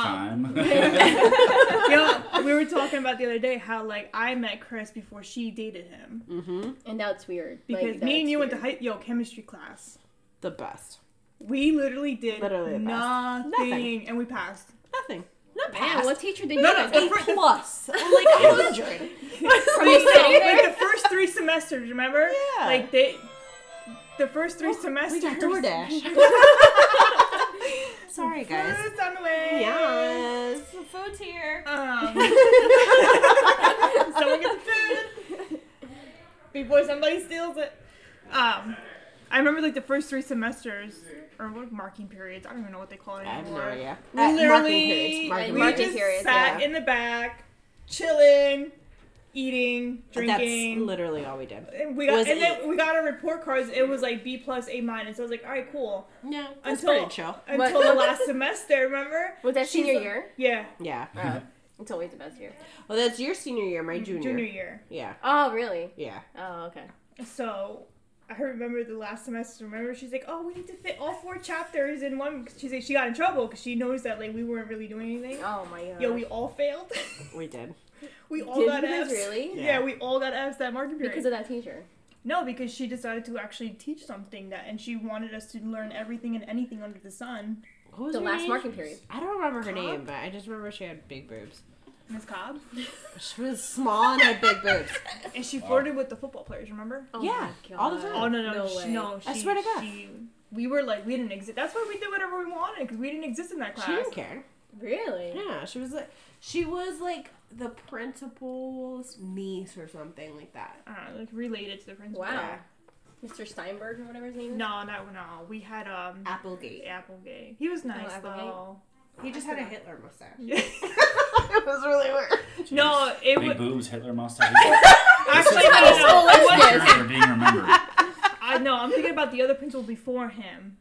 Speaker 2: time.
Speaker 5: Um, yeah, we were talking about the other day how like I met Chris before she dated him
Speaker 4: [laughs] Mm. And that's weird.
Speaker 5: because
Speaker 4: Like,
Speaker 5: me and
Speaker 4: that's
Speaker 5: you went to
Speaker 4: weird.
Speaker 5: high yo chemistry class.
Speaker 3: The best.
Speaker 5: We literally did
Speaker 3: Literally the best.
Speaker 5: nothing,
Speaker 3: Nothing.
Speaker 5: and we passed.
Speaker 3: Nothing. Not
Speaker 4: Man,
Speaker 3: past. [laughs]
Speaker 4: what teacher did you
Speaker 5: No, no,
Speaker 4: guys
Speaker 5: the
Speaker 4: get?
Speaker 5: fir- the-
Speaker 3: plus? Like a hundred.
Speaker 4: From the sitting
Speaker 5: like
Speaker 4: there?
Speaker 5: the first three semesters, remember?
Speaker 3: Yeah. Oh,
Speaker 5: Like they, the first three
Speaker 3: We
Speaker 5: semesters.
Speaker 3: got DoorDash. [laughs] Sorry, guys.
Speaker 5: Food's on the way.
Speaker 3: Yes. Food's here.
Speaker 5: Um, [laughs] someone gets food before somebody steals it. Um, I remember like the first three semesters or what marking periods. I don't even know what they call it
Speaker 3: I have no
Speaker 5: anymore.
Speaker 3: idea.
Speaker 5: We Literally,
Speaker 3: Literally, marking periods. Marking
Speaker 5: we
Speaker 4: Marking
Speaker 5: just
Speaker 4: periods,
Speaker 5: sat
Speaker 4: yeah.
Speaker 5: in the back, chilling, eating,
Speaker 3: That's
Speaker 5: drinking.
Speaker 3: literally all we did.
Speaker 5: and we got
Speaker 3: was
Speaker 5: and
Speaker 3: it.
Speaker 5: then we got our report cards. It was like B plus A minus. I was like, all right, cool.
Speaker 3: Yeah, that's
Speaker 5: Until-
Speaker 3: pretty chill.
Speaker 5: Until
Speaker 3: [laughs]
Speaker 4: What-
Speaker 5: the last semester, remember?
Speaker 4: Was that
Speaker 5: She's
Speaker 4: senior
Speaker 5: like-
Speaker 4: year?
Speaker 5: Yeah,
Speaker 3: Yeah.
Speaker 4: Oh, it's always the best year.
Speaker 3: Well, that's your senior year, my junior.
Speaker 5: junior year.
Speaker 3: Yeah.
Speaker 4: Oh, really?
Speaker 3: Yeah.
Speaker 4: Oh, okay.
Speaker 5: So I remember the last semester. Remember, she's like, "Oh, we need to fit all four chapters in one." She's like, she got in trouble because she noticed that like we weren't really doing anything.
Speaker 4: Oh my god.
Speaker 5: Yo, we all failed. [laughs]
Speaker 3: We did.
Speaker 5: we all
Speaker 4: Did
Speaker 5: got
Speaker 4: you guys
Speaker 5: F's.
Speaker 4: really?
Speaker 5: Yeah. we all got F's that marking period.
Speaker 4: Because of that teacher.
Speaker 5: no, because she decided to actually teach something that, and she wanted us to learn everything and anything under the sun.
Speaker 3: What was
Speaker 4: The
Speaker 3: her
Speaker 4: last
Speaker 3: name?
Speaker 4: marking period.
Speaker 3: I don't remember her
Speaker 5: Cobb?
Speaker 3: name, but I just remember she had big boobs.
Speaker 5: Miss Cobb,
Speaker 3: She was small and had big boobs.
Speaker 5: and she flirted with the football players. Remember?
Speaker 4: Oh
Speaker 3: Yeah,
Speaker 4: my
Speaker 3: all the
Speaker 4: God.
Speaker 5: Oh
Speaker 3: time.
Speaker 5: no no
Speaker 4: No
Speaker 5: no! She,
Speaker 4: way.
Speaker 5: no she,
Speaker 3: I swear to God.
Speaker 5: she- we were like we didn't exist. That's why we did whatever we wanted because we didn't exist in that class.
Speaker 3: She didn't care.
Speaker 4: Really?
Speaker 3: Yeah, she was like, she was like the principal's niece or something like that.
Speaker 5: I don't know, Uh, like related to the principal.
Speaker 4: Wow.
Speaker 3: Yeah.
Speaker 4: Mr. Steinberg or whatever his name is?
Speaker 5: No, no, no. We had um
Speaker 3: Applegate.
Speaker 5: Applegate. He was nice
Speaker 4: Applegate.
Speaker 5: though.
Speaker 3: He just had a Hitler mustache.
Speaker 5: Yeah.
Speaker 3: [laughs] it was really
Speaker 2: [laughs]
Speaker 3: weird.
Speaker 5: [laughs] no, it
Speaker 2: Big
Speaker 5: was
Speaker 2: boobs, Hitler mustache.
Speaker 5: [laughs]
Speaker 2: This
Speaker 5: actually
Speaker 2: is
Speaker 5: no,
Speaker 2: how
Speaker 5: no, it
Speaker 2: school
Speaker 5: wasn't-
Speaker 2: teachers are being remembered.
Speaker 5: [laughs] I know. I'm thinking about the other principal before him.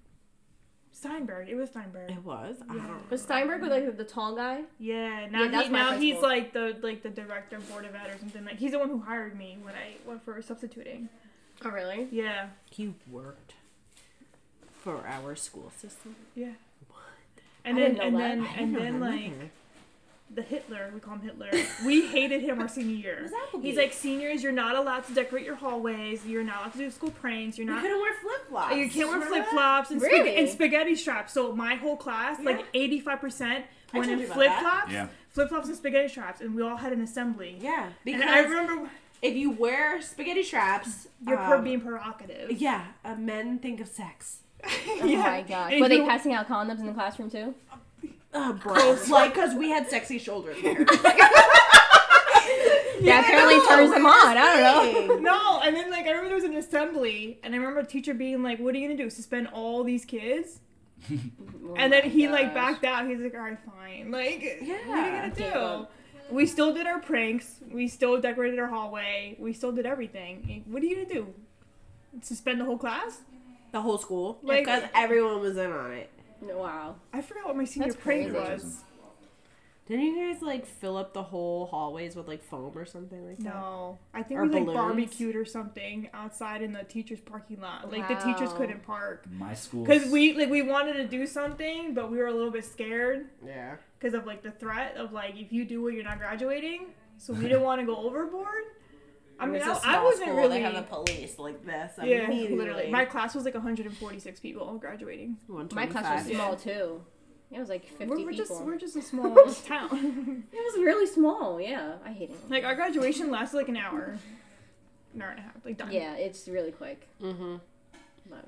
Speaker 5: Steinberg. It was Steinberg.
Speaker 3: It was. I don't. know.
Speaker 4: Was Steinberg like the- the tall guy?
Speaker 5: Yeah. Now
Speaker 4: that's
Speaker 5: he,
Speaker 4: my
Speaker 5: now he's
Speaker 4: principal.
Speaker 5: like the like the director of board of ed or something like. He's the one who hired me when I went for substituting.
Speaker 4: Oh, really?
Speaker 5: Yeah.
Speaker 3: He worked for our school system.
Speaker 5: Yeah. And
Speaker 4: I
Speaker 5: then
Speaker 4: didn't
Speaker 5: and
Speaker 4: know
Speaker 5: then
Speaker 4: that.
Speaker 5: and then like the Hitler, we call him Hitler. We hated him our
Speaker 4: [laughs]
Speaker 5: senior year.
Speaker 3: was Applegate.
Speaker 5: He's like seniors, you're not allowed to decorate your hallways. You're not allowed to do school pranks. You're
Speaker 3: you
Speaker 5: not. Oh,
Speaker 3: couldn't wear flip flops.
Speaker 5: You can't wear flip flops and, spag-
Speaker 4: Really?
Speaker 5: and spaghetti straps. So my whole class, like eighty five percent,
Speaker 3: I
Speaker 5: went
Speaker 3: told
Speaker 5: in
Speaker 3: you about
Speaker 5: flip
Speaker 3: that.
Speaker 5: flops,
Speaker 2: Yeah.
Speaker 5: flip flops and spaghetti straps, and we all had an assembly.
Speaker 3: Yeah,
Speaker 5: And I
Speaker 3: because
Speaker 5: remember
Speaker 3: if you wear spaghetti straps,
Speaker 5: you're
Speaker 3: um,
Speaker 5: per
Speaker 4: [laughs]
Speaker 5: being provocative.
Speaker 3: Yeah, uh, men think of sex.
Speaker 4: Oh my god.
Speaker 5: And
Speaker 4: Were they
Speaker 5: you-
Speaker 4: passing out condoms in the classroom too?
Speaker 3: Uh, bro, like because we had sexy shoulders.
Speaker 5: [laughs]
Speaker 3: hair.
Speaker 4: that apparently
Speaker 5: [laughs]
Speaker 4: turns them on. I don't know.
Speaker 5: No, and then like I remember there was an assembly, and I remember a teacher being like, "What are you gonna do? Suspend all these kids?" [laughs]
Speaker 4: Oh
Speaker 5: and then he like backed out. He's like, "All right, fine." Like, what are you
Speaker 3: Yeah.
Speaker 5: gonna do?
Speaker 4: Damn.
Speaker 5: We still did our pranks. We still decorated our hallway. We still did everything. What are you gonna do? Suspend the whole class?
Speaker 3: The whole school,
Speaker 5: Like-
Speaker 3: because everyone was in on it.
Speaker 4: Wow.
Speaker 5: I forgot what my senior
Speaker 4: That's
Speaker 5: prank
Speaker 4: crazy.
Speaker 5: was.
Speaker 3: Didn't you guys like fill up the whole hallways with like foam or something like that?
Speaker 5: No, I think
Speaker 3: Or
Speaker 5: we like
Speaker 3: balloons?
Speaker 5: barbecued or something outside in the teacher's parking lot. Like the teachers
Speaker 4: Wow.
Speaker 5: couldn't park
Speaker 2: My school.
Speaker 5: because we like we wanted to do something, but we were a little bit scared.
Speaker 3: Yeah.
Speaker 5: because of like the threat of like if you do it, you're not graduating. So we didn't want to go overboard. I mean, I, I wasn't
Speaker 3: They
Speaker 5: really.
Speaker 3: have the police like this.
Speaker 5: yeah, literally. My class was like 146 people graduating.
Speaker 4: My class was
Speaker 5: Yeah.
Speaker 4: small too. It was like 50
Speaker 5: We're, we're
Speaker 4: people.
Speaker 5: just we're just a small town. [laughs]
Speaker 4: It was really small. Yeah, I hate it.
Speaker 5: like our graduation lasted like an hour, an hour and a half. Like done.
Speaker 4: Yeah, it's really quick.
Speaker 3: Mm-hmm.
Speaker 4: But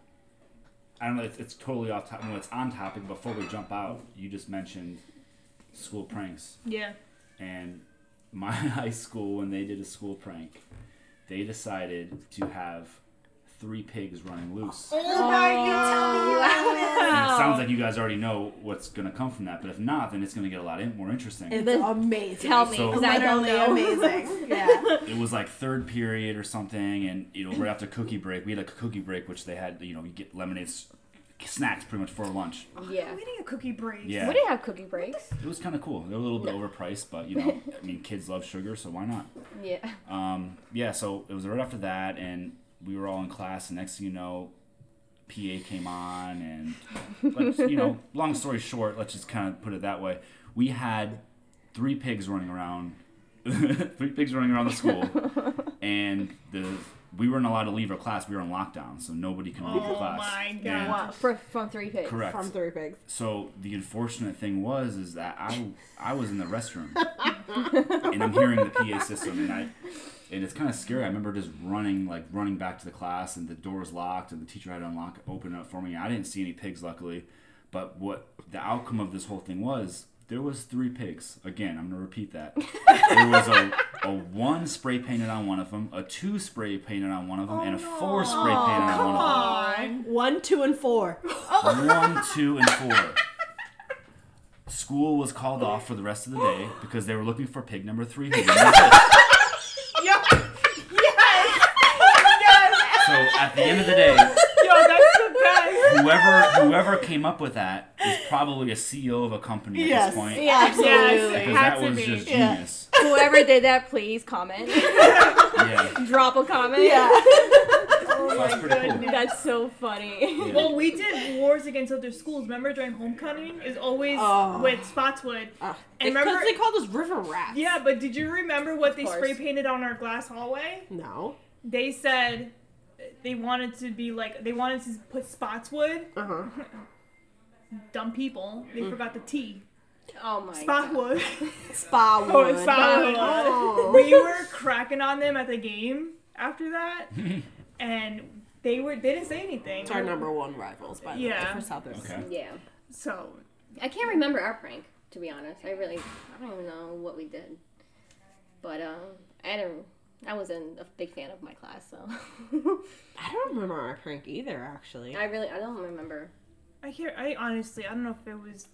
Speaker 2: I don't know. It's, it's totally off topic. Well, it's on topic. Before we jump out, you just mentioned school pranks.
Speaker 5: Yeah.
Speaker 2: and my [laughs] high school when they did a school prank they decided to have three pigs running loose
Speaker 5: Oh, my god!
Speaker 3: Oh.
Speaker 2: and it sounds like you guys already know what's going to come from that but if not then it's going to get a lot in- more interesting
Speaker 3: [laughs] It's
Speaker 4: But
Speaker 3: amazing.
Speaker 4: tell me,
Speaker 2: So-
Speaker 4: because I don't know.
Speaker 3: Literally [laughs] amazing. yeah.
Speaker 2: it was like third period or something and you know right after cookie break we had a cookie break which they had you know you get lemonades snacks pretty much for lunch.
Speaker 4: Yeah.
Speaker 5: Oh, We didn't get cookie breaks.
Speaker 2: Yeah.
Speaker 4: We didn't have cookie breaks.
Speaker 2: It was kind of cool. They're a little bit overpriced, but you know, I mean, kids love sugar, so why not?
Speaker 4: Yeah.
Speaker 2: Um, yeah, so it was right after that, and we were all in class. And next thing you know, PA came on, and let's, you know, long story short, let's just kind of put it that way. We had three pigs running around, [laughs] three pigs running around the school, and the we weren't allowed to leave our class. We were on lockdown, so nobody can leave the
Speaker 5: Oh
Speaker 2: class.
Speaker 5: my
Speaker 2: And-
Speaker 5: God.
Speaker 4: Wow. For, from three pigs.
Speaker 2: Correct.
Speaker 3: From Three Pigs.
Speaker 2: So the unfortunate thing was is that I I was in the restroom and I'm hearing the PA system and I and it's kind of scary. I remember just running like running back to the class and the door was locked and the teacher had to unlock open it up for me. I didn't see any pigs luckily, but what the outcome of this whole thing was there was three pigs. Again, I'm gonna repeat that. there was a, a one spray painted on one of them, a two spray painted on one of them, and a four spray painted on one of them
Speaker 5: on.
Speaker 3: One, two, and four.
Speaker 2: one, two, and four. School was called off for the rest of the day because they were looking for pig number three. who didn't exist.
Speaker 5: Yes. Yes. yes.
Speaker 2: So at the end of the day,
Speaker 5: Yo, that's the best.
Speaker 2: whoever whoever came up with that is probably a CEO of a company at
Speaker 3: Yes.
Speaker 2: this point.
Speaker 3: Yeah, absolutely.
Speaker 5: Yes.
Speaker 2: Because
Speaker 5: Had
Speaker 2: that
Speaker 5: to
Speaker 2: was
Speaker 5: be.
Speaker 2: just
Speaker 3: Yeah.
Speaker 2: genius.
Speaker 4: Whoever did that, please comment.
Speaker 5: [laughs]
Speaker 2: Yeah.
Speaker 4: Drop a comment.
Speaker 3: [laughs] [laughs] Yeah.
Speaker 5: Oh
Speaker 2: That's
Speaker 5: my
Speaker 2: pretty cool.
Speaker 5: goodness.
Speaker 4: That's so funny.
Speaker 2: Yeah.
Speaker 5: Well, we did wars against other schools. Remember during homecoming is always
Speaker 3: Oh.
Speaker 5: with Spotswood.
Speaker 3: Uh, [laughs]
Speaker 5: And
Speaker 3: because
Speaker 5: remember-
Speaker 3: they called us river rats.
Speaker 5: Yeah, but did you remember what they
Speaker 4: course.
Speaker 5: spray painted on our glass hallway?
Speaker 3: No.
Speaker 5: They said they wanted to be like they wanted to put Spotswood.
Speaker 3: Uh huh.
Speaker 5: [laughs] Dumb people. They forgot the T.
Speaker 4: Oh my god.
Speaker 5: Spotswood.
Speaker 3: Spa wood.
Speaker 5: Oh, it's Spotswood.
Speaker 3: Oh.
Speaker 5: [laughs] we were cracking on them at the game after that, and they were they didn't say anything.
Speaker 3: It's our number one rivals, by the
Speaker 5: Yeah.
Speaker 3: way, for Southern.
Speaker 2: Okay.
Speaker 4: Yeah.
Speaker 5: So
Speaker 4: I can't remember our prank, to be honest. I really, I don't even know what we did. But um, I don't. I wasn't a big fan of my class, so [laughs]
Speaker 3: I don't remember our prank either, actually.
Speaker 4: I really, I don't remember.
Speaker 5: I hear I honestly I don't know if it was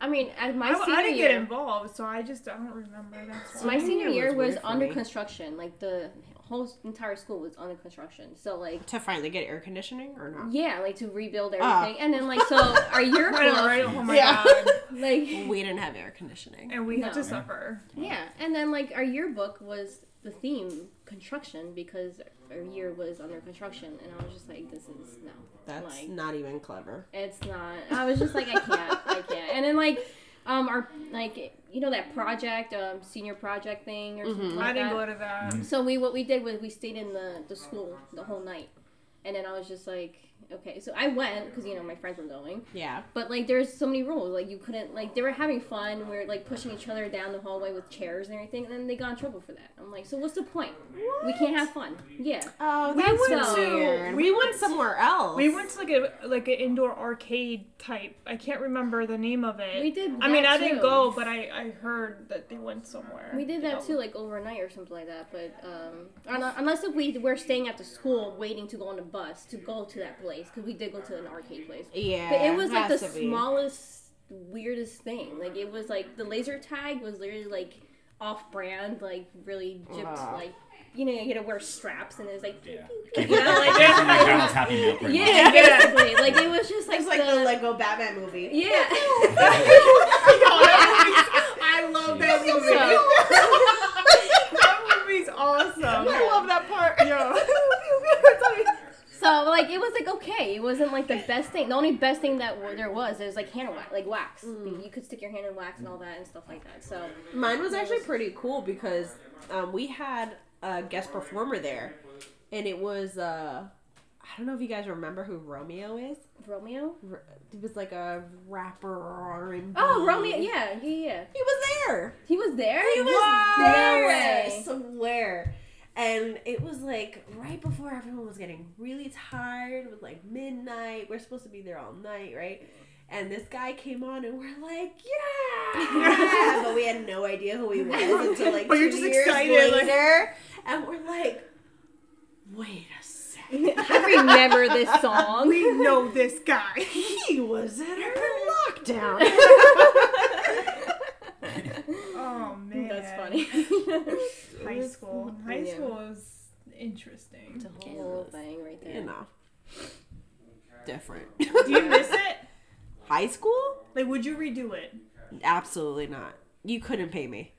Speaker 4: I mean, at my
Speaker 5: I,
Speaker 4: senior
Speaker 5: I didn't
Speaker 4: year,
Speaker 5: get involved, so I just I don't remember. That's why.
Speaker 4: my senior
Speaker 3: Senior
Speaker 4: year
Speaker 3: was
Speaker 4: was,
Speaker 3: weird for
Speaker 4: under
Speaker 3: me.
Speaker 4: construction. Like the whole s- entire school was under construction. So like,
Speaker 3: to finally get air conditioning or not?
Speaker 4: yeah, like to rebuild everything,
Speaker 3: Ah.
Speaker 4: and then like so our year
Speaker 5: I know, right?
Speaker 4: club,
Speaker 5: Oh my
Speaker 3: Yeah.
Speaker 5: god!
Speaker 4: like
Speaker 3: We didn't have air conditioning.
Speaker 5: And we had
Speaker 4: No.
Speaker 5: to suffer.
Speaker 4: Yeah, and then like our yearbook was the theme construction because our year was under construction, and I was just like, this is no,
Speaker 3: That's
Speaker 4: like
Speaker 3: not even clever.
Speaker 4: it's not. I was just like, I can't, I can't. And then like, um, our like you know that project, um, senior project thing or something like
Speaker 5: I didn't
Speaker 4: that.
Speaker 5: go to that.
Speaker 4: So we what we did was we stayed in the the school the whole night, and then I was just like, okay, so I went because you know my friends were going.
Speaker 3: Yeah.
Speaker 4: But like, there's so many rules. Like, you couldn't like they were having fun. We were like pushing each other down the hallway with chairs and everything, and then they got in trouble for that. I'm like, so what's the point? We can't have fun. Yeah.
Speaker 3: Oh,
Speaker 5: We
Speaker 3: that's
Speaker 5: went to-
Speaker 3: weird.
Speaker 5: we
Speaker 3: We
Speaker 5: went
Speaker 3: went somewhere else.
Speaker 5: We went to like a like an indoor arcade type. I can't remember the name of it.
Speaker 4: We did
Speaker 5: I mean,
Speaker 4: that
Speaker 5: I didn't
Speaker 4: too.
Speaker 5: go, but I I heard that they went somewhere. [laughs]
Speaker 4: We did that
Speaker 5: Yeah.
Speaker 4: too, like overnight or something like that. But um, un- unless if we were staying at the school waiting to go on the bus to go to that place, because we did go to an arcade place.
Speaker 3: Yeah.
Speaker 4: But it was like the
Speaker 3: has to be.
Speaker 4: smallest, weirdest thing. Like it was like the laser tag was literally like off-brand, like really gypped,
Speaker 3: Wow.
Speaker 4: like you know you had to wear straps, and it was like pew,
Speaker 2: Yeah.
Speaker 4: pew, pew,
Speaker 2: Came
Speaker 4: you know, [laughs] like that.
Speaker 2: from McDonald's Happy Meal pretty much.
Speaker 4: Yeah, basically. Like it was just like,
Speaker 3: It's like the Lego Batman movie.
Speaker 4: [laughs] yeah.
Speaker 5: I love that
Speaker 3: [laughs]
Speaker 4: So,
Speaker 5: movie. That movie's awesome. I love that part.
Speaker 4: [laughs]
Speaker 5: [laughs] Yo.
Speaker 4: so like it was like okay, it wasn't like the best thing. The only best thing that wa- there was is like hand wax, like wax. You could stick your hand in wax and all that and stuff like that. So
Speaker 3: Mine was actually pretty cool because um, we had a guest performer there, and it was uh, I don't know if you guys remember who Romeo is.
Speaker 4: Romeo.
Speaker 3: R- It was like a rapper or R&B.
Speaker 4: Oh, Romeo. Yeah, yeah, yeah.
Speaker 3: he was there.
Speaker 4: He was there.
Speaker 3: He was
Speaker 4: Whoa!
Speaker 3: there.
Speaker 4: No way.
Speaker 3: Swear. And it was like right before everyone was getting really tired. It was like midnight. We're supposed to be there all night, right? And this guy came on, and we're like,
Speaker 5: [laughs]
Speaker 3: yeah! but we had no idea who he was until like
Speaker 5: But you're
Speaker 3: two
Speaker 5: just
Speaker 3: years
Speaker 5: excited, like-
Speaker 3: later. And we're like, wait a second.
Speaker 4: [laughs] I remember this song. [laughs]
Speaker 5: We know this guy.
Speaker 3: He was at our lockdown.
Speaker 5: [laughs] Oh man,
Speaker 4: That's [laughs] funny.
Speaker 5: High school. High
Speaker 4: Yeah.
Speaker 5: school was interesting.
Speaker 4: the whole thing right there.
Speaker 3: you know. different.
Speaker 5: Do [laughs] you miss it?
Speaker 3: High school?
Speaker 5: Like, would you redo it?
Speaker 3: Absolutely not. You couldn't pay me.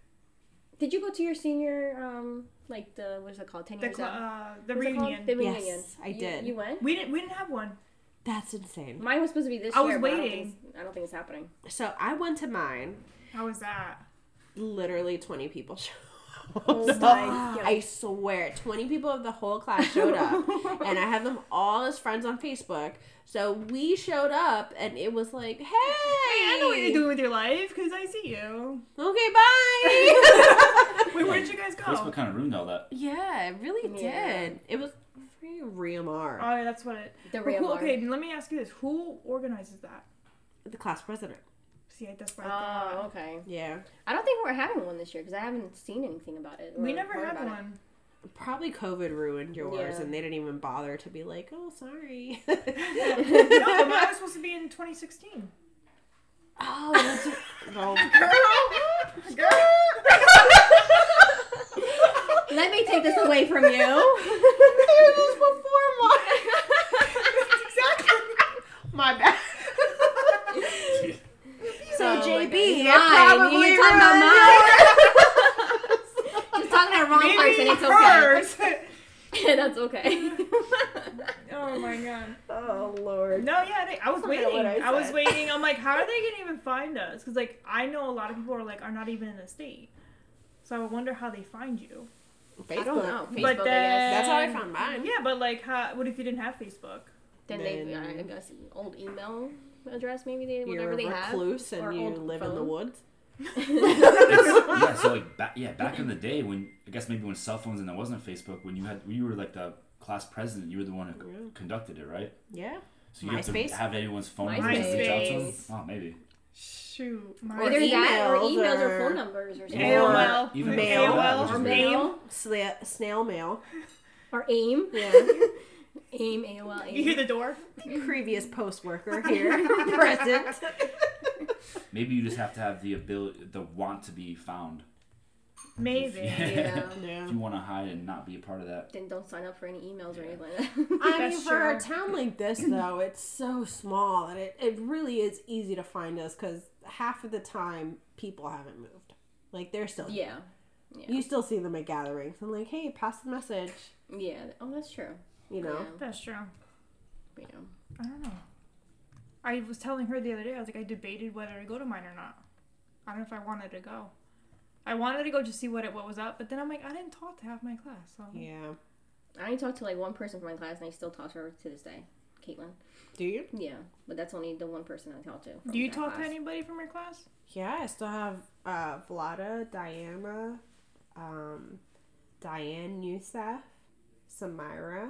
Speaker 4: Did you go to your senior, um, like the what's it called, ten
Speaker 5: The
Speaker 4: years
Speaker 5: cl-
Speaker 4: out?
Speaker 5: uh, the
Speaker 4: What's it called?
Speaker 5: reunion.
Speaker 4: The
Speaker 3: Yes,
Speaker 4: reunion.
Speaker 3: I
Speaker 4: You-
Speaker 3: did.
Speaker 4: You went?
Speaker 5: We didn't. We didn't have one.
Speaker 3: That's insane.
Speaker 4: Mine was supposed to be this
Speaker 5: I was
Speaker 4: year. but I don't,
Speaker 5: waiting.
Speaker 4: think, it's- I don't think it's happening.
Speaker 3: So I went to mine.
Speaker 5: How was that?
Speaker 3: Literally 20 people [laughs] showed up.
Speaker 4: my God.
Speaker 3: I swear, 20 people of the whole class showed up. and I have them all as friends on Facebook. So we showed up and it was like, hey!
Speaker 5: I know what you're doing with your life because I see
Speaker 4: [laughs]
Speaker 5: you.
Speaker 3: Okay, bye!
Speaker 5: [laughs]
Speaker 3: [laughs]
Speaker 5: Wait, where did you guys go?
Speaker 2: Facebook kind of ruined all that.
Speaker 3: yeah, it really
Speaker 4: Yeah.
Speaker 3: did. It was free Reamar.
Speaker 5: Oh, yeah, that's what it.
Speaker 4: The
Speaker 5: Who-
Speaker 4: real
Speaker 5: okay, let me ask you this: Who organizes that?
Speaker 3: the class president.
Speaker 5: See, that's what I thought.
Speaker 4: Oh, okay.
Speaker 3: Yeah.
Speaker 4: I don't think we're having one this year because I haven't seen anything about it.
Speaker 5: We
Speaker 4: or
Speaker 5: never
Speaker 4: heard
Speaker 5: had
Speaker 4: about it.
Speaker 5: one. [laughs]
Speaker 3: Probably COVID ruined yours
Speaker 4: Yeah.
Speaker 3: and they didn't even bother to be like, oh, sorry. [laughs]
Speaker 5: no, but mine was supposed to be in 2016.
Speaker 3: oh, that's. [laughs] no.
Speaker 5: [laughs]
Speaker 4: Let me take this away from
Speaker 5: [laughs]
Speaker 4: you.
Speaker 5: exactly.
Speaker 3: My bad. so
Speaker 4: Oh my
Speaker 3: JB, you're
Speaker 4: God. Mine.
Speaker 3: probably
Speaker 4: You're talking about
Speaker 3: right.
Speaker 5: [laughs]
Speaker 4: Just talking about wrong person. It's [laughs] okay.
Speaker 5: hers.
Speaker 4: That's okay.
Speaker 5: [laughs] oh my god.
Speaker 3: [laughs] oh lord.
Speaker 5: No, yeah, they, I was
Speaker 3: forget
Speaker 5: waiting.
Speaker 3: what
Speaker 5: I,
Speaker 3: I
Speaker 5: was
Speaker 3: said.
Speaker 5: waiting. I'm like, how are they gonna even find us? Because like, I know a lot of people are like are not even in the state. So I wonder how they find you.
Speaker 4: I don't know. Facebook,
Speaker 5: But
Speaker 4: I
Speaker 5: then-
Speaker 3: That's
Speaker 4: guess.
Speaker 3: how I found mine.
Speaker 5: Yeah, but like, how, what if you didn't have Facebook?
Speaker 4: Then they,
Speaker 3: Then-
Speaker 4: I guess, old email address maybe they
Speaker 3: You're
Speaker 4: whatever
Speaker 3: a
Speaker 4: they
Speaker 3: recluse
Speaker 4: have
Speaker 3: and you live in the woods.
Speaker 4: woods.
Speaker 2: yeah, so like back, yeah, back in the day when I guess maybe when cell phones and there wasn't Facebook, when you had when you were like the class president, you were the one who
Speaker 3: Yeah.
Speaker 2: conducted it, right?
Speaker 3: Yeah.
Speaker 2: So you have
Speaker 3: MySpace?
Speaker 2: to have everyone's phone number and reach out to them.
Speaker 5: MySpace.
Speaker 2: Oh, maybe.
Speaker 5: Shoot,
Speaker 3: Or
Speaker 4: [laughs] Either that or
Speaker 3: emails
Speaker 4: emails or
Speaker 3: or-
Speaker 4: phone numbers or something.
Speaker 2: Or-
Speaker 5: AOL,
Speaker 2: even
Speaker 5: mail,
Speaker 2: before that,
Speaker 5: AOL,
Speaker 2: which
Speaker 4: Or
Speaker 2: is
Speaker 5: mail.
Speaker 2: weird.
Speaker 4: mail.
Speaker 3: Sla- snail mail.
Speaker 4: Or AIM.
Speaker 3: Yeah.
Speaker 4: [laughs] AIM, AOL, AIM.
Speaker 5: You hear the door?
Speaker 3: Previous post worker here. [laughs] Present.
Speaker 2: Maybe you just have to have the ability, the want to be found. [laughs]
Speaker 5: Maybe. [laughs]
Speaker 4: Yeah.
Speaker 2: If you want to hide and not be a part of that.
Speaker 4: then don't sign up for any emails or anything like [laughs] that.
Speaker 3: I mean,
Speaker 5: That's
Speaker 3: for a
Speaker 5: true.
Speaker 3: town like this, though, it's so small and it, it really is easy to find us because half of the time people haven't moved. Like, they're still here.
Speaker 4: yeah.
Speaker 3: You still see them at gatherings and, like, hey, pass the message,
Speaker 4: Yeah. Oh, that's true.
Speaker 3: you know?
Speaker 5: That's true.
Speaker 4: Yeah. yeah.
Speaker 5: I don't know. I was telling her the other day, I was like, I debated whether to go to mine or not. I don't know if I wanted to go. I wanted to go just see what it what was up, but then I'm like, I didn't talk to half my class. So
Speaker 3: Yeah.
Speaker 4: I only talked to like one person from my class, and I still talk to her to this day, Caitlin.
Speaker 3: Do you?
Speaker 4: Yeah, but that's only the one person I talked to. from
Speaker 5: do you
Speaker 4: that
Speaker 5: talk
Speaker 4: class.
Speaker 5: to
Speaker 4: [laughs]
Speaker 5: [laughs] anybody from your class?
Speaker 3: Yeah, I still have uh, Vlada, Diana, um, Diane Youssef, Samira.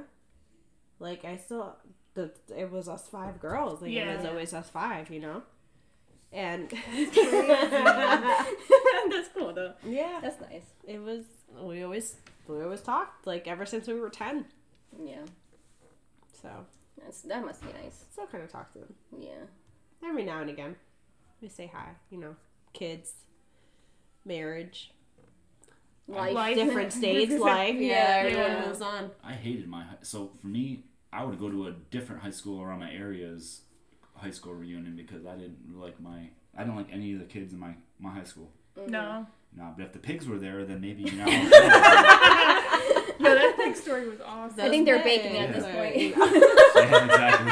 Speaker 3: Like, I still, the, it was us five girls. Like, it was
Speaker 5: Yeah.
Speaker 3: always us five, you know? And [laughs]
Speaker 4: that's cool though.
Speaker 3: yeah,
Speaker 4: That's nice.
Speaker 3: it was we always we always talked like ever since we were 10
Speaker 4: Yeah,
Speaker 3: so
Speaker 4: that's that must be nice.
Speaker 3: still kind of talk to them
Speaker 4: Yeah.
Speaker 3: every now and again we say hi you know kids marriage
Speaker 4: Life.
Speaker 5: Life. [laughs]
Speaker 3: different stages life
Speaker 4: Yeah,
Speaker 3: yeah,
Speaker 5: yeah.
Speaker 3: everyone moves on
Speaker 2: I hated my. hi- So for me, I would go to a different high school around my area's high school reunion because I didn't like my. I didn't like any of the kids in my my high school.
Speaker 5: No. [laughs]
Speaker 2: No, but if the pigs were there, then maybe you know. [laughs]
Speaker 5: No, that big story was awesome.
Speaker 4: I think they're baking at
Speaker 2: this
Speaker 4: this
Speaker 3: point
Speaker 2: yeah,
Speaker 5: [laughs]
Speaker 2: exactly.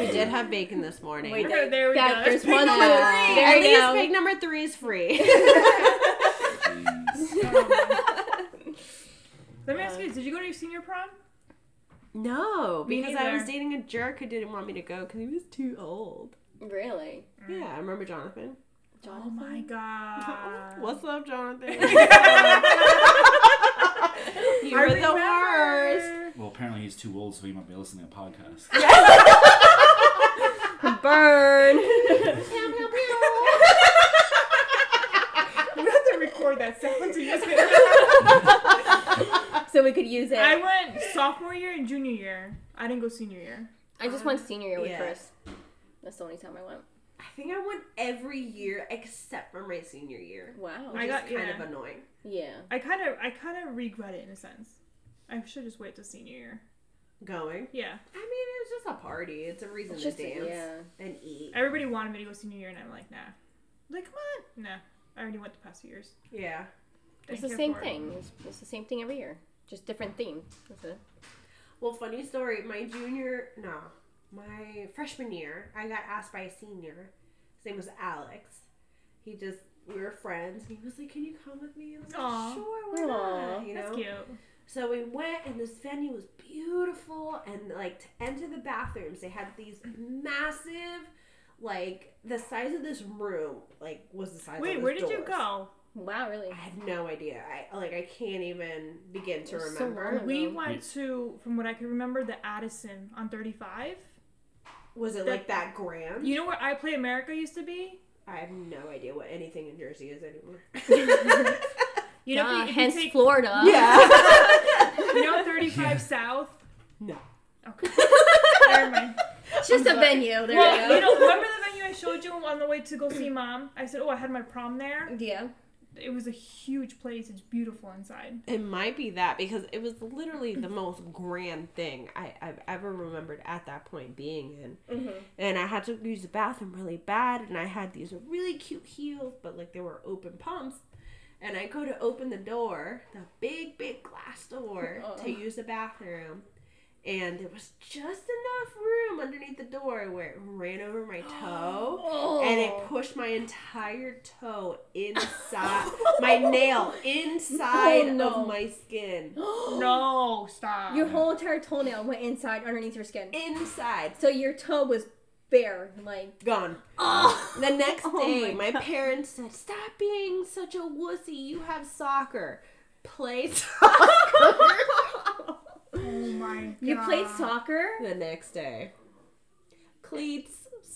Speaker 3: we did have bacon this morning
Speaker 4: Wait,
Speaker 5: Okay, there we
Speaker 4: That-
Speaker 5: go.
Speaker 4: there's one
Speaker 5: Pick
Speaker 4: on
Speaker 5: up.
Speaker 4: the-
Speaker 3: Uh,
Speaker 4: There
Speaker 3: at
Speaker 4: you
Speaker 3: least
Speaker 4: go.
Speaker 3: pig number three is free
Speaker 2: Jeez.
Speaker 5: [laughs] Let me ask you, did you go to your senior prom?
Speaker 3: no
Speaker 5: Me
Speaker 3: because i was
Speaker 5: neither.
Speaker 3: dating a jerk who didn't want me to go because he was too old
Speaker 4: Really,
Speaker 3: yeah i remember jonathan
Speaker 5: Oh my god.
Speaker 3: What's up, Jonathan? [laughs]
Speaker 5: I
Speaker 3: you were the
Speaker 5: remember.
Speaker 3: worst.
Speaker 2: Well, apparently he's too old, so he might be listening to podcasts.
Speaker 4: Burn.
Speaker 5: We have to record
Speaker 3: [laughs]
Speaker 5: that sound to use it.
Speaker 4: so we could use it.
Speaker 5: I
Speaker 4: I,
Speaker 5: went sophomore year and junior year. I didn't go senior year.
Speaker 4: just went senior year with
Speaker 3: Yeah.
Speaker 4: Chris. That's the only time I went.
Speaker 3: I think I won every year except for my senior year,
Speaker 4: Wow.
Speaker 3: which
Speaker 5: I got-
Speaker 3: is kind
Speaker 5: yeah.
Speaker 3: of annoying.
Speaker 4: yeah.
Speaker 5: I kind of I kind of regret it in a sense. I should just wait till senior year.
Speaker 3: going.
Speaker 5: Yeah.
Speaker 3: I mean, it's just a party. It's a reason
Speaker 4: It's
Speaker 3: to
Speaker 4: just a-
Speaker 3: dance
Speaker 4: yeah.
Speaker 3: and eat.
Speaker 5: Everybody wanted me to go senior year, and I'm like, nah. Like, come on. Nah. I already went the past few years.
Speaker 3: Yeah.
Speaker 5: Didn't
Speaker 4: It's the
Speaker 5: care
Speaker 4: same
Speaker 5: for it.
Speaker 4: thing. It's, it's the same thing every year. Just different theme. That's it.
Speaker 3: Well, funny story. My junior, no, my freshman year, I got asked by a senior. His name was Alex. He just, we were friends. And he was like, "Can you come with me?" I was like,
Speaker 5: Aw.
Speaker 3: "Sure, why
Speaker 4: Aw,
Speaker 3: not?" You know.
Speaker 5: That's cute.
Speaker 3: So we went, and this venue was beautiful. And like to enter the bathrooms, they had these massive, like the size of this room, like was the size. of
Speaker 5: Wait,
Speaker 3: this
Speaker 5: where did you
Speaker 3: doors.
Speaker 5: go?
Speaker 4: Wow, really?
Speaker 3: I have no idea. I like I can't even begin to
Speaker 4: It was so
Speaker 3: remember.
Speaker 4: long. don't
Speaker 5: We
Speaker 4: know.
Speaker 5: went to, from what I could remember, the Addison on 35.
Speaker 3: was it
Speaker 5: The-
Speaker 3: like that grand?
Speaker 5: You know where I Play America used to be?
Speaker 3: I have no idea what anything in Jersey is
Speaker 5: [laughs]
Speaker 3: anymore.
Speaker 5: You know, if you-
Speaker 4: Duh,
Speaker 5: if you
Speaker 4: hence
Speaker 5: take-
Speaker 4: Florida.
Speaker 5: [laughs]
Speaker 4: [laughs]
Speaker 5: You know, 35 South.
Speaker 3: no.
Speaker 5: Okay. Never mind.
Speaker 4: It's just a venue. There
Speaker 5: Well, you
Speaker 4: you go.
Speaker 5: know, remember the venue I showed you on the way to go see mom? I said, oh, I had my prom there.
Speaker 4: yeah.
Speaker 5: It was a huge place. It's beautiful
Speaker 4: [gasps]
Speaker 5: inside.
Speaker 3: It might be that because it was literally the most grand thing I, I've ever remembered at that point being in. And I had to use the bathroom really bad, and I had these really cute heels, but like they were open pumps. And I go to open the door, the big, big glass
Speaker 4: [laughs]
Speaker 3: door,
Speaker 4: Oh.
Speaker 3: to use the bathroom. And there was just enough room underneath the door where it ran over
Speaker 4: [gasps]
Speaker 3: my toe.
Speaker 4: Oh.
Speaker 3: and it pushed my entire
Speaker 4: [laughs]
Speaker 3: toe inside my nail inside
Speaker 4: Oh, no.
Speaker 3: of my skin
Speaker 5: No, stop.
Speaker 4: Your whole entire toenail went inside underneath your skin.
Speaker 3: inside
Speaker 4: So your toe was bare. Like,
Speaker 3: gone
Speaker 4: oh.
Speaker 3: the next
Speaker 4: Oh
Speaker 3: day
Speaker 4: my
Speaker 3: my, parents said stop being such a wussy you have soccer play [laughs] soccer
Speaker 5: oh my god.
Speaker 4: You played soccer?
Speaker 3: the next day cleats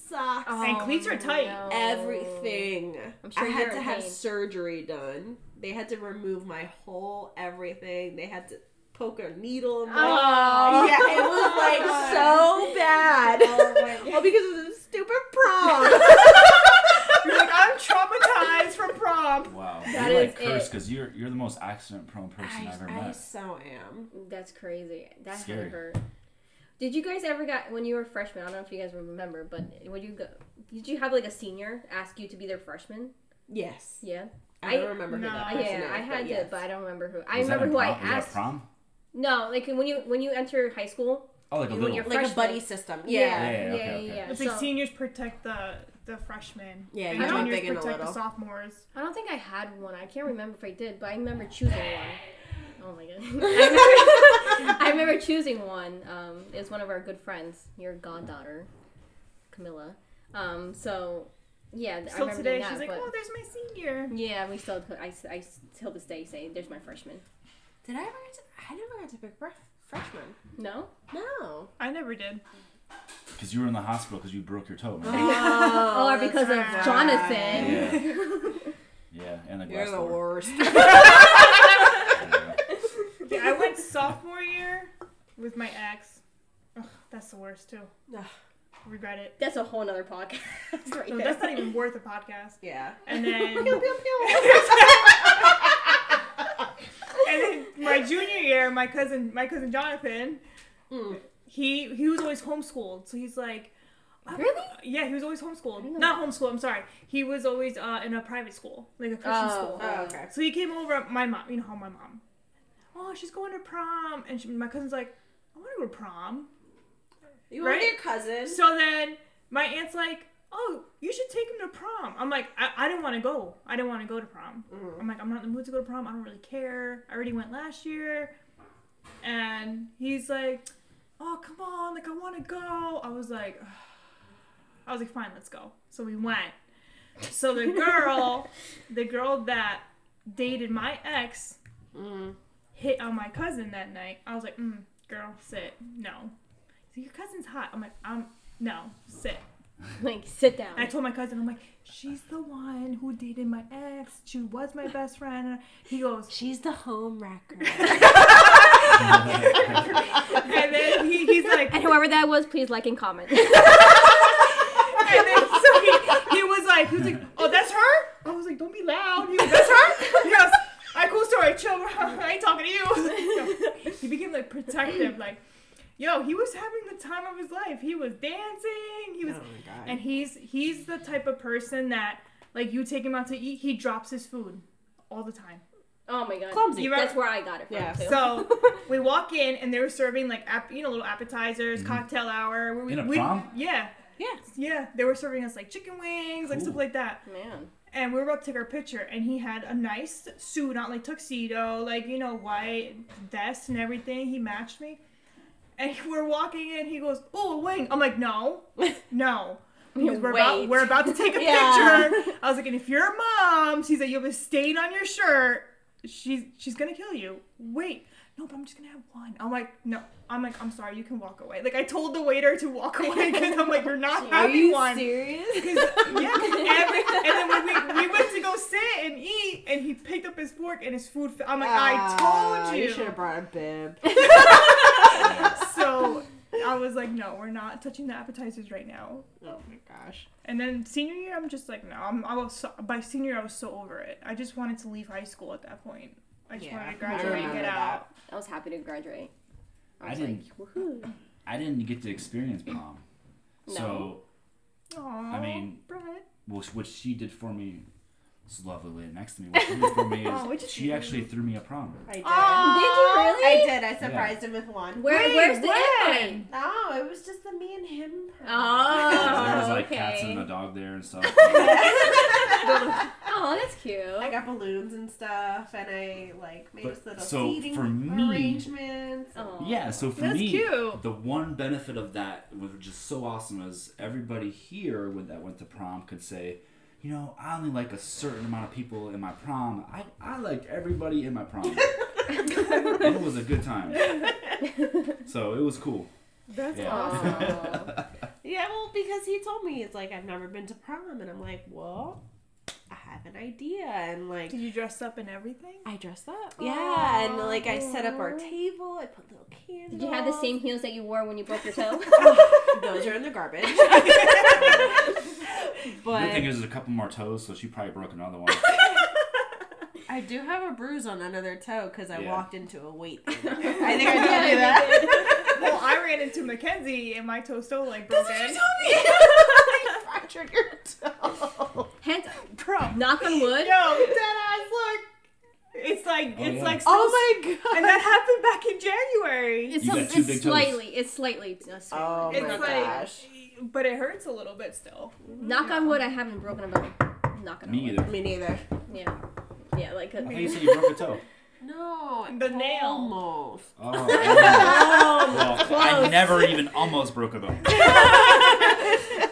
Speaker 3: socks
Speaker 5: And cleats are tight.
Speaker 4: no.
Speaker 3: everything.
Speaker 4: Oh. I'm sure
Speaker 3: I had
Speaker 4: you're
Speaker 3: to
Speaker 4: in
Speaker 3: have
Speaker 4: pain.
Speaker 3: surgery done. They had to remove my whole everything. They had to poke a needle in my.
Speaker 5: [laughs] Oh.
Speaker 3: [laughs] Yeah, it was like so bad.
Speaker 4: Oh
Speaker 3: well, because of this stupid prom.
Speaker 5: You're like, I'm traumatized from prom.
Speaker 2: Wow.
Speaker 4: That
Speaker 2: you're
Speaker 4: is
Speaker 2: like cursed
Speaker 4: it.
Speaker 2: because you're you're the most accident prone person I, have ever
Speaker 3: I, I
Speaker 2: met.
Speaker 3: so am.
Speaker 4: That's crazy. That had
Speaker 2: Scary.
Speaker 4: hurt. Did you guys ever got when you were freshmen? I don't know if you guys remember, but when you go, did you have like a senior ask you to be their freshman?
Speaker 3: Yes.
Speaker 4: Yeah,
Speaker 3: I
Speaker 4: I-
Speaker 3: don't remember who that
Speaker 5: no.
Speaker 3: person
Speaker 4: yeah.
Speaker 3: is,
Speaker 4: I had
Speaker 3: but yes.
Speaker 4: to, but I don't remember who. I
Speaker 2: Was that
Speaker 4: remember
Speaker 2: in
Speaker 4: who I
Speaker 2: prom? Was that
Speaker 4: asked.
Speaker 2: prom?
Speaker 4: No, like when you when you enter high school.
Speaker 2: Oh, like a
Speaker 4: When
Speaker 2: little.
Speaker 4: you're
Speaker 3: Like
Speaker 4: Freshman.
Speaker 3: a buddy system.
Speaker 2: Yeah,
Speaker 3: Yeah.
Speaker 2: yeah, okay, okay.
Speaker 5: It's
Speaker 4: So-
Speaker 5: like seniors protect the the freshmen.
Speaker 3: Yeah,
Speaker 5: and
Speaker 3: you jump
Speaker 5: juniors
Speaker 3: big and a
Speaker 5: protect the
Speaker 3: little.
Speaker 5: sophomores.
Speaker 4: I don't think I had one. I can't remember if I did, but I remember choosing one. Oh my god.
Speaker 5: [laughs]
Speaker 4: I remember, I remember choosing one. Um, it was one of our good friends, your goddaughter, Camilla. Um, so yeah, I
Speaker 5: Still
Speaker 4: remember
Speaker 5: today,
Speaker 4: that.
Speaker 5: she's like,
Speaker 4: but
Speaker 5: oh, there's my senior.
Speaker 4: yeah, we still. I, I till this day say, "There's my freshman."
Speaker 3: Did I ever get to, I never got to pick fre- freshman.
Speaker 4: No.
Speaker 3: [laughs] No.
Speaker 5: I never did.
Speaker 2: Because you were in the hospital because you broke your toe. remember?
Speaker 4: [laughs] Oh, or because of
Speaker 5: right.
Speaker 4: Jonathan.
Speaker 2: yeah. Yeah, and the
Speaker 3: You're
Speaker 2: glass
Speaker 3: the
Speaker 2: door.
Speaker 3: worst. [laughs]
Speaker 2: Yeah.
Speaker 4: [laughs]
Speaker 2: [laughs]
Speaker 5: Yeah, I went sophomore year with my ex. Ugh, that's the worst too.
Speaker 3: Ugh.
Speaker 5: Regret it.
Speaker 4: [laughs] That's a whole nother podcast. [laughs] right
Speaker 5: No,
Speaker 4: there.
Speaker 5: that's not even worth a podcast.
Speaker 3: yeah.
Speaker 4: [laughs]
Speaker 5: And then, and [laughs] then my junior year, my cousin, my cousin Jonathan,
Speaker 4: Hmm.
Speaker 3: Mm.
Speaker 5: he he was always homeschooled, so he's like, I'm-
Speaker 4: Really?
Speaker 5: Yeah, he was always homeschooled.
Speaker 4: know
Speaker 5: Not homeschooled. I'm sorry. He was always uh, in a private school, like a Christian
Speaker 4: Oh.
Speaker 5: school.
Speaker 3: Oh, okay.
Speaker 5: So he came over. My mom, you know how my mom. Oh, she's going to prom, and she, my cousin's like, I want to go to prom.
Speaker 3: You
Speaker 5: Right?
Speaker 3: were your cousin.
Speaker 5: So then my aunt's like, "Oh, you should take him to prom." I'm like, "I, I didn't want to go. I didn't want to go to prom." I'm like, "I'm not in the mood to go to prom. I don't really care. I already went last year." And he's like, "Oh, come on! Like, I want to go." I was like, [sighs] "I was like, fine, let's go." So we went. So the girl, the girl that dated my ex,
Speaker 3: Mm.
Speaker 5: hit on my cousin that night. I was like, mm, girl, sit. No. He's like, Your cousin's hot. I'm like, um, no, sit.
Speaker 4: like sit down.
Speaker 5: And I told my cousin, I'm like, she's the one who dated my ex. She was my best friend. He goes,
Speaker 3: She's the home wrecker.
Speaker 5: and then he, he's like,
Speaker 4: and whoever that was, please like and comment. [laughs]
Speaker 5: and then so he, he was like, he was like, oh, that's her? I was like, don't be loud. He goes, that's her? He goes, [laughs] all right, cool story. Chill. I ain't talking to you. he became like protective, like, Yo, he was having the time of his life. He was dancing. He was,
Speaker 3: Oh god.
Speaker 5: and he's he's the type of person that like you take him out to eat, he drops his food all the time.
Speaker 4: Oh my god.
Speaker 3: Clumsy.
Speaker 5: You
Speaker 4: That's
Speaker 5: remember-
Speaker 4: where I got it from
Speaker 3: Yeah.
Speaker 4: too.
Speaker 5: So we walk in and they were serving like app, you know little appetizers, cocktail hour.
Speaker 2: Mm-hmm.
Speaker 5: We,
Speaker 2: In a
Speaker 5: we-
Speaker 2: prom?
Speaker 5: Yeah,
Speaker 3: yes.
Speaker 5: yeah. They were serving us like chicken wings, like
Speaker 2: Cool.
Speaker 5: stuff like that.
Speaker 4: Man.
Speaker 5: And we were about to take our picture, and he had a nice suit on, like tuxedo, like you know white vest and everything. He matched me. And [laughs] we're walking in. He goes, "Oh, a wing." I'm like, "No, no." Because we're about
Speaker 4: Wait.
Speaker 5: we're about to take a
Speaker 4: Yeah.
Speaker 5: picture. I was like, and if your mom sees that you have a stain on your shirt, she's she's gonna kill you. Wait, no, but I'm just gonna have one. I'm like, no, I'm like, I'm sorry, you can walk away. Like I told the waiter to walk away because I'm like, you're not
Speaker 3: Are
Speaker 5: having
Speaker 3: you
Speaker 5: one.
Speaker 3: serious?
Speaker 5: 'Cause, [laughs] yeah, 'cause every, and then when we, we went to go sit and eat, and he picked up his fork and his food. fe- I'm like, I
Speaker 3: Ah,
Speaker 5: told you.
Speaker 3: You should have brought a bib.
Speaker 5: so I was like, no, we're not touching the appetizers right now.
Speaker 3: Oh my gosh.
Speaker 5: And then senior year, I'm just like, no, I'm, I was so, by senior, year, I was so over it. I just wanted to leave high school at that point. I just
Speaker 3: Yeah,
Speaker 5: wanted
Speaker 3: I
Speaker 5: to graduate and
Speaker 3: remember
Speaker 5: get
Speaker 3: that.
Speaker 5: out.
Speaker 4: I was happy to graduate. I
Speaker 2: I
Speaker 4: was
Speaker 2: didn't.
Speaker 4: like, woohoo.
Speaker 2: I didn't get to experience prom. So,
Speaker 4: No.
Speaker 5: Aww,
Speaker 2: mean-
Speaker 5: Brett.
Speaker 2: which, which she did for me. This lovely lady next to me. What she did for me
Speaker 5: Oh, what'd you
Speaker 2: is she
Speaker 5: do?
Speaker 2: actually threw me a prom.
Speaker 3: I did.
Speaker 5: Aw.
Speaker 4: Did
Speaker 3: I
Speaker 4: you really?
Speaker 3: did. I surprised him with one.
Speaker 4: Where,
Speaker 5: Wait,
Speaker 4: where's the
Speaker 5: when?
Speaker 4: invite?
Speaker 3: No, it was just the me and him. part.
Speaker 4: [laughs] Oh,
Speaker 2: there was like
Speaker 4: okay.
Speaker 2: cats and a dog there and stuff.
Speaker 4: Oh, that's cute.
Speaker 3: I got balloons and stuff, and I like made
Speaker 2: But-
Speaker 3: this little
Speaker 2: so
Speaker 3: seating
Speaker 2: for me-
Speaker 3: arrangements.
Speaker 4: Aw.
Speaker 2: yeah, so for
Speaker 5: That's
Speaker 2: me,
Speaker 5: cute.
Speaker 2: the one benefit of that was just so awesome is everybody here when that went to prom could say, you know, I only like a certain amount of people in my prom. I, I liked everybody in my prom. it was a good time. So it was cool.
Speaker 5: That's
Speaker 2: Yeah.
Speaker 4: Aw.
Speaker 3: Yeah, well, because he told me it's like I've never been to prom, and I'm like, well, I have an idea, and like
Speaker 5: Did you dress up in everything?
Speaker 3: I dressed up. Yeah, and like I set up our table. I put little candles.
Speaker 4: Did you have the
Speaker 3: [laughs]
Speaker 4: same heels that you wore when you broke your [laughs] toe?
Speaker 3: Those are in the [laughs] garbage.
Speaker 2: The good
Speaker 3: but
Speaker 2: thing is there's a couple more toes, so she probably broke another one.
Speaker 3: I do have a bruise on another toe because I
Speaker 2: Yeah.
Speaker 3: walked into
Speaker 2: [laughs]
Speaker 3: a weight. thing. I think I told you that.
Speaker 5: well, I ran into Mackenzie and my toe still like broke in.
Speaker 3: [laughs] I fractured your toe.
Speaker 4: Hence,
Speaker 5: Bro,
Speaker 4: knock on wood.
Speaker 5: Yo, dead ass, look. It's like
Speaker 2: Oh,
Speaker 5: it's
Speaker 2: yeah.
Speaker 5: like
Speaker 3: Oh my god.
Speaker 5: and that happened back in January.
Speaker 4: It's,
Speaker 2: You
Speaker 4: a,
Speaker 2: got two big
Speaker 4: it's
Speaker 2: toes.
Speaker 4: slightly, it's slightly, no, slightly.
Speaker 3: Oh
Speaker 5: it's
Speaker 3: my
Speaker 5: like,
Speaker 3: gosh.
Speaker 5: but it hurts a little bit still.
Speaker 4: Knock on wood, I haven't broken a bone. Knock on
Speaker 2: me
Speaker 4: wood.
Speaker 2: either.
Speaker 3: [laughs]
Speaker 5: [laughs]
Speaker 3: Me neither.
Speaker 4: Yeah. Yeah, like
Speaker 2: I
Speaker 4: a,
Speaker 2: thought you said you broke a toe.
Speaker 3: No.
Speaker 5: The nail.
Speaker 3: Almost.
Speaker 2: Oh, well, I never even almost broke a bone.
Speaker 4: [laughs] oh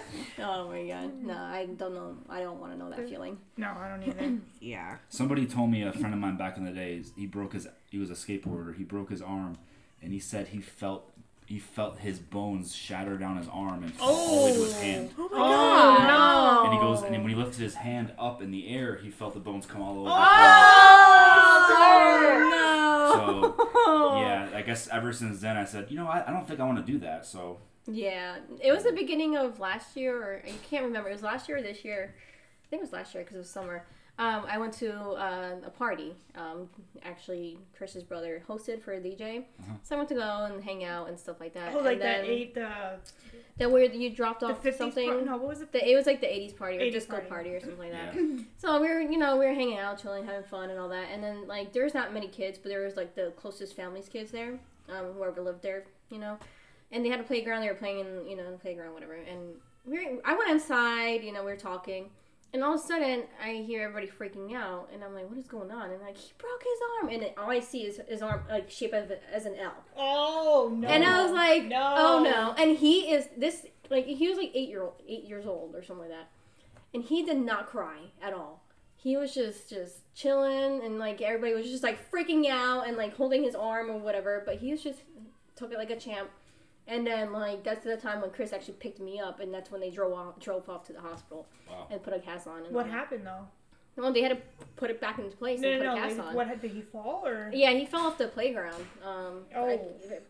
Speaker 4: my god. No, I don't know. I don't want to know that feeling.
Speaker 5: No, I don't either.
Speaker 3: Yeah.
Speaker 2: Somebody told me a friend of mine back in the days. He broke his. He was a skateboarder. He broke his arm, and he said he felt he felt his bones shatter down his arm and fall all the way to his hand.
Speaker 3: Oh my
Speaker 5: oh no.
Speaker 2: And he goes, and when he lifted his hand up in the air, he felt the bones come all over.
Speaker 3: Oh.
Speaker 4: Oh, [laughs]
Speaker 2: So yeah, I guess ever since then, I said, you know, I, I don't think I want to do that. So
Speaker 4: no. Yeah. It was the beginning of last year, or I can't remember. It was last year or this year. I think it was last year because it was summer. Um, I went to uh, a party. Um, actually, Chris's brother hosted for a DJ, so I went to go and hang out and stuff like that.
Speaker 5: [clears throat] Oh, like
Speaker 4: and
Speaker 5: that
Speaker 4: then-
Speaker 5: ate the
Speaker 4: That where you dropped
Speaker 5: the
Speaker 4: off
Speaker 5: fifties.
Speaker 4: something.
Speaker 5: no, what was it?
Speaker 4: The, it was like the 80s party or
Speaker 5: 80s
Speaker 4: disco
Speaker 5: party.
Speaker 4: party. or something like
Speaker 2: yeah,
Speaker 4: that. [laughs] So we were, you know, we were hanging out, chilling, having fun and all that. And then, like, there was not many kids, but there was, like, the closest family's kids there, um, whoever lived there, you know. And they had a playground. They were playing in, you know, in the playground, whatever. And we were, I went inside, you know, we were talking. And all of a sudden, I hear everybody freaking out. And I'm like, what is going on? And, like, he broke his arm. And then all I see is his arm, like, shaped as, a- as an L.
Speaker 5: Oh no.
Speaker 4: And I was like,
Speaker 5: No.
Speaker 4: oh no. And he is this like he was like eight year old eight years old or something like that. And he did not cry at all. He was just just chilling and like everybody was just like freaking out and like holding his arm or whatever, but he was just took it like a champ. And then like that's the time when Chris actually picked me up and that's when they drove off drove off to the hospital
Speaker 2: wow.
Speaker 4: and put a cast on and
Speaker 5: What happened though?
Speaker 4: Well they had to put it back into place
Speaker 5: No,
Speaker 4: and
Speaker 5: no,
Speaker 4: put a
Speaker 5: no.
Speaker 4: cast
Speaker 5: like,
Speaker 4: on.
Speaker 5: What did he fall or?
Speaker 4: Yeah, he fell off the playground. Um,
Speaker 5: Oh.
Speaker 4: like,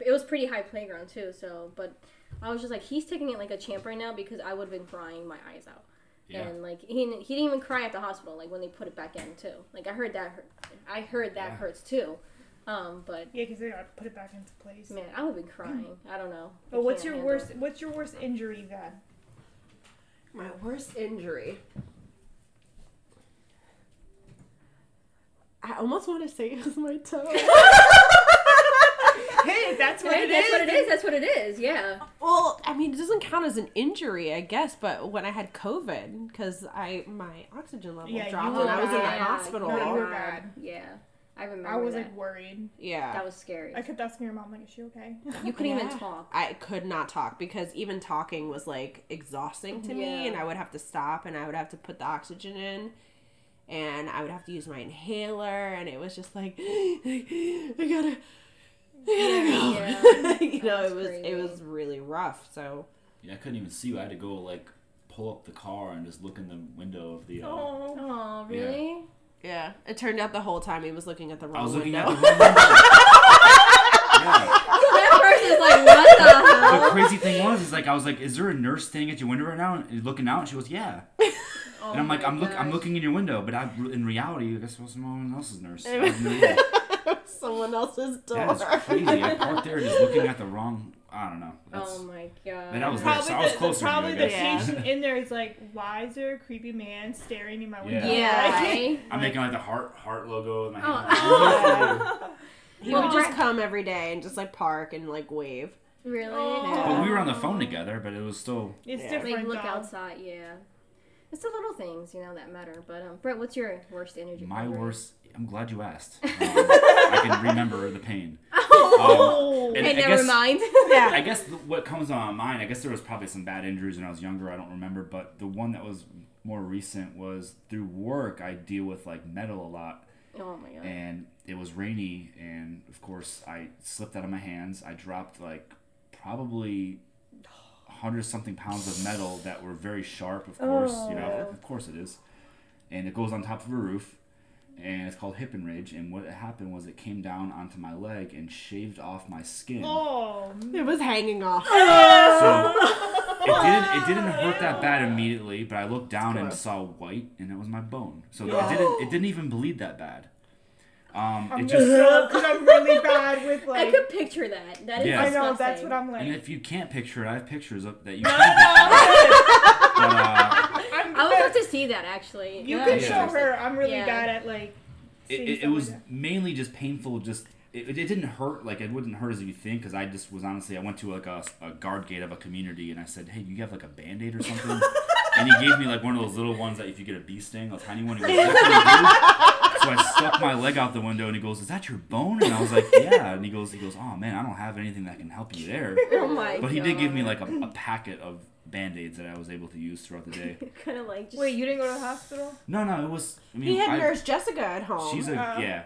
Speaker 4: it was pretty high playground too. So, but I was just like, he's taking it like a champ right now because I would have been crying my eyes out.
Speaker 2: Yeah.
Speaker 4: And like he, he didn't even cry at the hospital. Like when they put it back in too. Like I heard that hurt. I heard that
Speaker 2: Yeah.
Speaker 4: hurts too. Um, but
Speaker 5: Yeah, because they gotta put it back into place.
Speaker 4: man, I would be crying. I don't know. I
Speaker 5: But what's
Speaker 4: can't
Speaker 5: your
Speaker 4: handle
Speaker 5: worst? What's your worst injury then?
Speaker 4: [laughs]
Speaker 3: My worst injury. I almost want to say it was my [laughs] toe.
Speaker 5: Hey, that's what
Speaker 4: Hey,
Speaker 5: it
Speaker 4: that's
Speaker 5: is.
Speaker 4: what it is. That's what it is. Yeah.
Speaker 3: well, I mean, it doesn't count as an injury, I guess. But when I had COVID, because I my oxygen level
Speaker 5: Yeah, you
Speaker 3: dropped
Speaker 5: were
Speaker 3: Oh, when I was in the
Speaker 5: bad.
Speaker 3: hospital.
Speaker 5: No, you
Speaker 3: Yeah.
Speaker 5: were bad.
Speaker 4: Yeah. I remember.
Speaker 5: I was
Speaker 4: that.
Speaker 5: like worried.
Speaker 4: that was scary.
Speaker 5: I kept asking your mom like, "Is she okay?"
Speaker 4: [laughs]
Speaker 5: [laughs]
Speaker 4: You couldn't
Speaker 3: Yeah.
Speaker 4: even talk.
Speaker 3: I could not talk because even talking was like exhausting to me,
Speaker 4: Yeah.
Speaker 3: and I would have to stop and I would have to put the oxygen in, and I would have to use my inhaler, and it was just like, [gasps] I gotta, I gotta go. [laughs]
Speaker 4: Yeah.
Speaker 3: you know,
Speaker 4: That's
Speaker 3: it was
Speaker 4: crazy.
Speaker 3: it was really rough. So
Speaker 2: Yeah, I couldn't even see. you. I had to go like pull up the car and just look in the window of the. Uh,
Speaker 5: Oh,
Speaker 4: Oh,
Speaker 2: Yeah.
Speaker 4: really?
Speaker 3: yeah, it turned out the whole time he was looking at the wrong
Speaker 2: I was looking at
Speaker 3: window.
Speaker 2: the wrong window.
Speaker 4: [laughs]
Speaker 2: yeah.
Speaker 4: that person's like, what the hell?
Speaker 2: The crazy thing was, is like I was like, "Is there a nurse standing at your window right now and looking out?" And she goes, "Yeah." [laughs]
Speaker 4: Oh
Speaker 2: and I'm like, "I'm look, I'm looking in your window," but I, in reality, I guess it was someone else's nur's. I have no
Speaker 4: [laughs]
Speaker 2: idea.
Speaker 3: [laughs] Someone else's door.
Speaker 2: That is crazy. I parked there just looking at the wrong. I don't know. That's,
Speaker 4: Oh my god.
Speaker 2: Man, I was
Speaker 5: probably
Speaker 2: I was
Speaker 5: the,
Speaker 2: closer to you, I
Speaker 5: probably the
Speaker 2: guess.
Speaker 5: patient in there is like, "Why is there a creepy man staring in my window?"
Speaker 4: yeah.
Speaker 5: [laughs] Like,
Speaker 4: right?
Speaker 2: I'm making like the heart heart logo with my
Speaker 4: Oh,
Speaker 2: hand.
Speaker 3: [laughs] He
Speaker 4: Well,
Speaker 3: would just
Speaker 4: right-
Speaker 3: come every day and just like park and like wave.
Speaker 4: [laughs] Really?
Speaker 5: Oh.
Speaker 2: [laughs] But we were on the phone together, but it was still.
Speaker 5: it's
Speaker 3: Yeah.
Speaker 5: different.
Speaker 4: Like look
Speaker 5: though.
Speaker 4: outside, yeah. It's the little things, you know, that matter. But um, Brett, what's your worst energy?
Speaker 2: My
Speaker 4: injury?
Speaker 2: worst. I'm glad you asked. Um, I can remember the
Speaker 4: [laughs]
Speaker 2: pain. Oh,
Speaker 4: Hey, never mind.
Speaker 2: I guess th- what comes on my mind, I guess there was probably some bad injuries when I was younger. I don't remember, but the one that was more recent was through work. I deal with like metal a lot,
Speaker 4: [laughs] oh my god.
Speaker 2: and it was rainy and of course i slipped out of my hands i dropped like probably 100 something pounds of metal that were very sharp of course you know of course it is and it goes on top of a roof and it's called hip and ridge and what happened was it came down onto my leg and shaved off my skin
Speaker 5: Oh,
Speaker 3: It was hanging
Speaker 4: [laughs]
Speaker 3: off.
Speaker 2: so
Speaker 5: [laughs]
Speaker 2: it didn't it didn't hurt that bad immediately, but I looked down and
Speaker 3: gross.
Speaker 2: saw white, and it was my bone. So it didn't it didn't even bleed that bad. Um, it
Speaker 5: I'm
Speaker 2: just
Speaker 5: just because
Speaker 4: [laughs]
Speaker 5: I'm really bad with
Speaker 4: I
Speaker 5: like.
Speaker 4: could picture that. That is
Speaker 2: Yeah.
Speaker 5: I
Speaker 4: disgusting.
Speaker 5: know that's what I'm
Speaker 2: and
Speaker 5: like.
Speaker 2: if you can't picture it, I have pictures of that you
Speaker 5: [laughs] No,
Speaker 2: can.
Speaker 5: no,
Speaker 2: But, uh,
Speaker 5: I'm
Speaker 4: I would
Speaker 5: good.
Speaker 4: love
Speaker 5: [laughs]
Speaker 4: to see that actually.
Speaker 5: You
Speaker 4: Yeah.
Speaker 5: can
Speaker 2: Yeah.
Speaker 5: show her. I'm really
Speaker 4: Yeah.
Speaker 5: bad at like.
Speaker 2: it,
Speaker 5: seeing
Speaker 2: it, it
Speaker 5: stuff
Speaker 2: was
Speaker 5: like that.
Speaker 2: mainly just painful. Just it, it didn't hurt like it wouldn't hurt as you think because I just was honestly I went to like a, a guard gate of a community and I said, hey, you have like a band aid or something. And he gave me like one of those little ones that if you get a bee sting, a tiny one, he goes, "That's what you do." So I stuck my leg out the window and he goes, Is that your bone? And I was like, Yeah. And he goes, he goes, Oh man, I don't have anything that can help you there.
Speaker 4: Oh my
Speaker 2: But he did give me like a, a packet of band-aids that I was able to use throughout the day.
Speaker 4: [laughs] kind of like just
Speaker 5: Wait, you didn't go to the hospital?
Speaker 2: No, no, it was I mean
Speaker 3: He had
Speaker 2: I-
Speaker 3: Nurse Jessica at home.
Speaker 2: she's a
Speaker 5: Oh.
Speaker 2: yeah.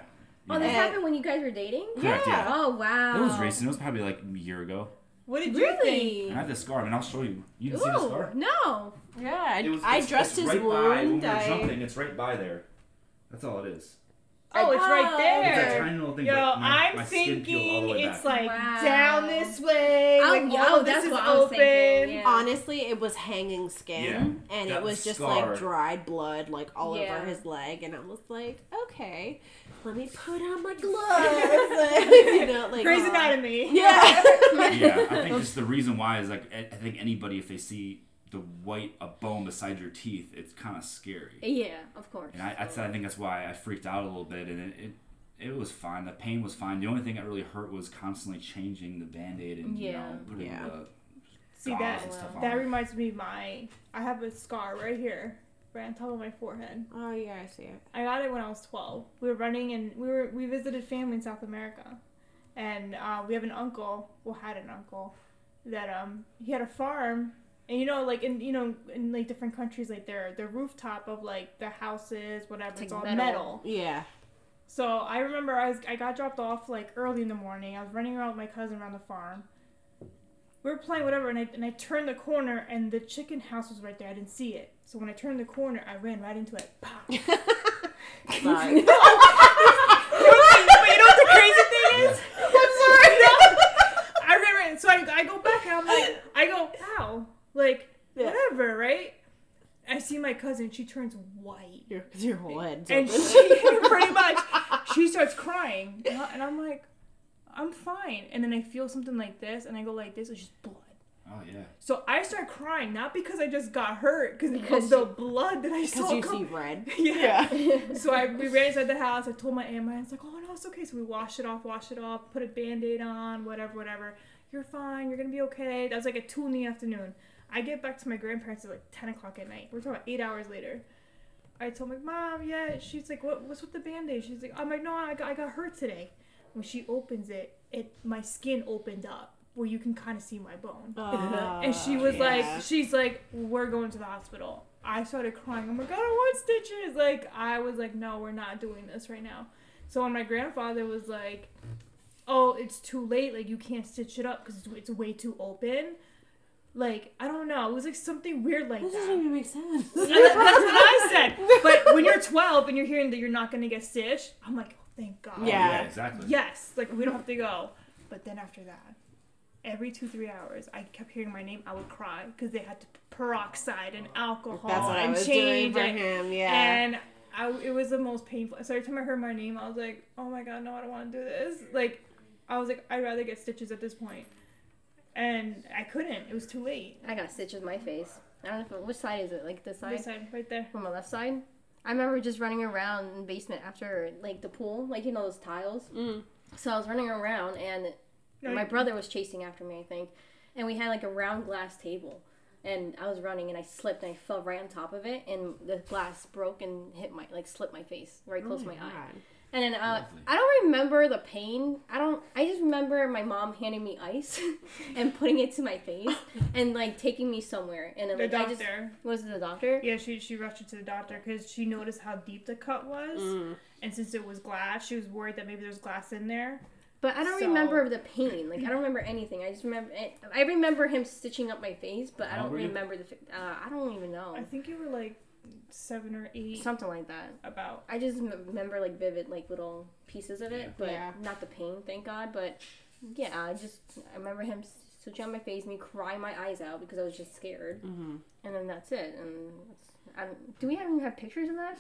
Speaker 4: Oh, this
Speaker 3: Yeah.
Speaker 4: happened when you guys were dating?
Speaker 2: Correct, yeah.
Speaker 4: Oh wow.
Speaker 2: It was recent. It was probably like a year ago.
Speaker 5: What did you think?
Speaker 4: Really?
Speaker 2: And I have this scar. I mean, I'll show you. You can see the
Speaker 4: Ooh,
Speaker 2: scar.
Speaker 4: no.
Speaker 3: Yeah, I, I dressed his
Speaker 2: right By, when
Speaker 3: wound.
Speaker 2: we were
Speaker 3: I,
Speaker 2: jumping, it's right by there. That's all it is.
Speaker 5: Oh, it's right
Speaker 4: Oh.
Speaker 2: It's
Speaker 5: there.
Speaker 2: a tiny little thing.
Speaker 5: Yo,
Speaker 2: but my,
Speaker 5: I'm
Speaker 2: my skin peeled all the
Speaker 5: thinking
Speaker 2: way
Speaker 5: it's
Speaker 2: back.
Speaker 5: like
Speaker 4: Wow.
Speaker 5: down this way.
Speaker 4: Oh,
Speaker 5: like,
Speaker 4: yeah,
Speaker 5: all
Speaker 4: oh,
Speaker 5: this
Speaker 4: that's
Speaker 5: is
Speaker 4: what I was
Speaker 5: open.
Speaker 4: thinking, yeah. [laughs]
Speaker 3: honestly, it was hanging skin,
Speaker 2: Yeah.
Speaker 3: and
Speaker 2: That
Speaker 3: it was just
Speaker 2: scar.
Speaker 3: like dried blood, like all
Speaker 4: Yeah.
Speaker 3: over his leg. And I was like, okay, let me put on my gloves. [laughs] you know, like "Oh,
Speaker 5: Grey's
Speaker 3: aw.
Speaker 4: [laughs]
Speaker 5: Anatomy.
Speaker 3: Yeah.
Speaker 2: yeah, I think just the reason why is like I I think anybody if they see the white a bone beside your teeth, it's kind of scary.
Speaker 4: Yeah, of course.
Speaker 2: And I, I, I think that's why I freaked out a little bit, and it, it it was fine. The pain was fine. The only thing that really hurt was constantly changing the band aid and you
Speaker 4: Yeah.
Speaker 2: know putting
Speaker 3: Yeah.
Speaker 2: the
Speaker 5: See
Speaker 2: gauze
Speaker 5: that?
Speaker 2: and stuff on.
Speaker 5: That
Speaker 2: it.
Speaker 5: reminds me. Of my I have a scar right here, right on top of my forehead.
Speaker 3: oh yeah, I see it.
Speaker 5: I got it when I was 12. We were running and we were we visited family in South America, and uh, we have an uncle. Well, had an uncle that um he had a farm, and you know like in you know in like different countries like their the rooftop of like the houses whatever
Speaker 4: It's
Speaker 5: it's, all
Speaker 4: like
Speaker 5: metal.
Speaker 4: metal.
Speaker 3: Yeah.
Speaker 5: So I remember I was I got dropped off like early in the morning. I was running around with my cousin around the farm. We were playing whatever, and I and I turned the corner, and the chicken house was right there. I didn't see it, so when I turned the corner, I ran right into it. Pop.
Speaker 3: [laughs] Sorry.
Speaker 5: but you know what the crazy thing
Speaker 3: [laughs]
Speaker 5: is? I'm sorry. I remember, and so I, I go back and I'm like, I go, wow, like
Speaker 3: Yeah.
Speaker 5: whatever, right? I see my cousin. She turns white,
Speaker 3: your, [laughs] 'cause your whole head's
Speaker 5: and [laughs]
Speaker 3: open.
Speaker 5: she pretty much she starts crying. And I- out, and I'm like, I'm fine. And then I feel something like this, and I go like this. It's just blood.
Speaker 2: Oh yeah.
Speaker 5: So I start crying, not because I just got hurt, because
Speaker 4: Because
Speaker 5: the blood that I
Speaker 3: Because
Speaker 5: saw.
Speaker 3: you
Speaker 5: come-
Speaker 3: see red.
Speaker 5: [laughs] yeah. So I we ran inside the house. I told my aunt. My aunt's like, "Oh no, it's okay." So we washed it off, washed it off, put a band-aid on, whatever, whatever. You're fine. You're gonna be okay. That was like at two in the afternoon. I get back to my grandparents at like ten o'clock at night. We're talking about eight hours later. I told my mom, yeah. She's like, "What? What's with the band-aid?" She's like, "I'm like, no, I got, I got hurt today." When she opens it, it my skin opened up where you can kind of see my bone. And she was like, she's like, we're going to the hospital. I started crying. I'm like, I don't want stitches. Like, I was like, no, we're not doing this right now. So when my grandfather was like, oh, it's too late. Like, you can't stitch it up because it's, it's way too open. Like, I don't know. It was like something weird like
Speaker 3: This [laughs] doesn't
Speaker 5: that.
Speaker 3: even make sense.
Speaker 5: And that- That's what I said. But when you're 12 and you're hearing that you're not going to get stitched, I'm like, oh, thank God.
Speaker 2: Oh,
Speaker 3: Yeah.
Speaker 2: Exactly.
Speaker 5: Yes, like we don't have to go. But then after that, every two three hours, I kept hearing my name. I would cry because they had to peroxide and alcohol
Speaker 3: That's what I
Speaker 5: and
Speaker 3: was doing
Speaker 5: change
Speaker 3: for
Speaker 5: and,
Speaker 3: him. Yeah.
Speaker 5: and I, it was the most painful. So every time I heard my name, I was like, oh my god, no, I don't want to do this. Like, I was like, I'd rather get stitches at this point. And I couldn't. It was too late.
Speaker 4: I got stitches in my face. I don't know if it, which side is it? Like this side?
Speaker 5: This side, right there.
Speaker 4: From my left side? I remember just running around in the basement after like the pool, like you know those tiles.
Speaker 3: Mm.
Speaker 4: So I was running around and
Speaker 5: No,
Speaker 4: my
Speaker 5: you-
Speaker 4: brother was chasing after me, I think. And we had like a round glass table. And I was running and I slipped and I fell right on top of it and the glass broke and hit my like slipped my face
Speaker 3: Oh
Speaker 4: right close to my eye. And then uh,
Speaker 2: Lovely.
Speaker 4: I don't remember the pain. I don't. I just remember my mom handing me ice [laughs] and putting it to
Speaker 2: [laughs]
Speaker 4: my face and like taking me somewhere. And then
Speaker 5: The
Speaker 4: like, I just
Speaker 5: doctor.
Speaker 4: was it the doctor.
Speaker 5: Yeah, she she rushed it to the doctor because she noticed how deep the cut was,
Speaker 4: Mm.
Speaker 3: Mm.
Speaker 5: and since it was glass, she was worried that maybe there's glass in there.
Speaker 4: But I don't
Speaker 5: So-
Speaker 4: remember the pain. Like I don't remember anything. I just remember. eh, I remember him stitching up my face, but I
Speaker 2: How
Speaker 4: don't
Speaker 2: old were you?
Speaker 4: remember the. fi- Uh, I don't even know.
Speaker 5: I think you were like seven or eight.
Speaker 4: Something like that.
Speaker 5: About
Speaker 4: I just m- remember like vivid like little pieces of it,
Speaker 2: Yeah.
Speaker 4: but
Speaker 3: Yeah.
Speaker 4: not the pain, thank God. But yeah, I just I remember him switching on my face, me crying my eyes out because I was just scared, mm-hmm. and then that's it. And it's, I don't- do we even have pictures of that?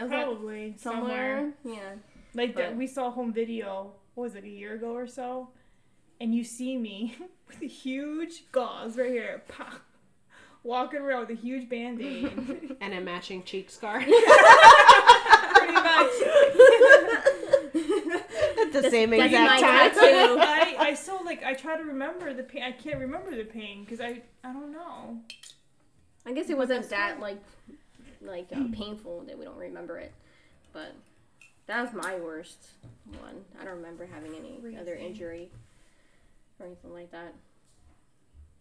Speaker 4: Of that
Speaker 5: probably somewhere.
Speaker 4: somewhere? Yeah. [laughs]
Speaker 5: Like that,
Speaker 4: But-
Speaker 5: we saw a home video. What was it a year ago or so? And you see me [laughs] with a huge gauze right here, pop, walking around with a huge
Speaker 4: [laughs]
Speaker 5: band aid.
Speaker 3: And a matching cheek scar. [laughs]
Speaker 5: Pretty much.
Speaker 3: At the same
Speaker 4: that's
Speaker 3: exact
Speaker 4: my
Speaker 3: time.
Speaker 4: tattoo.
Speaker 5: I, I still like I try to remember the pain. I can't remember the pain because I I don't know.
Speaker 4: I guess it wasn't that like like uh, painful that we don't remember it, but that was my worst one. I don't remember having any other
Speaker 5: Crazy.
Speaker 4: injury or anything like that.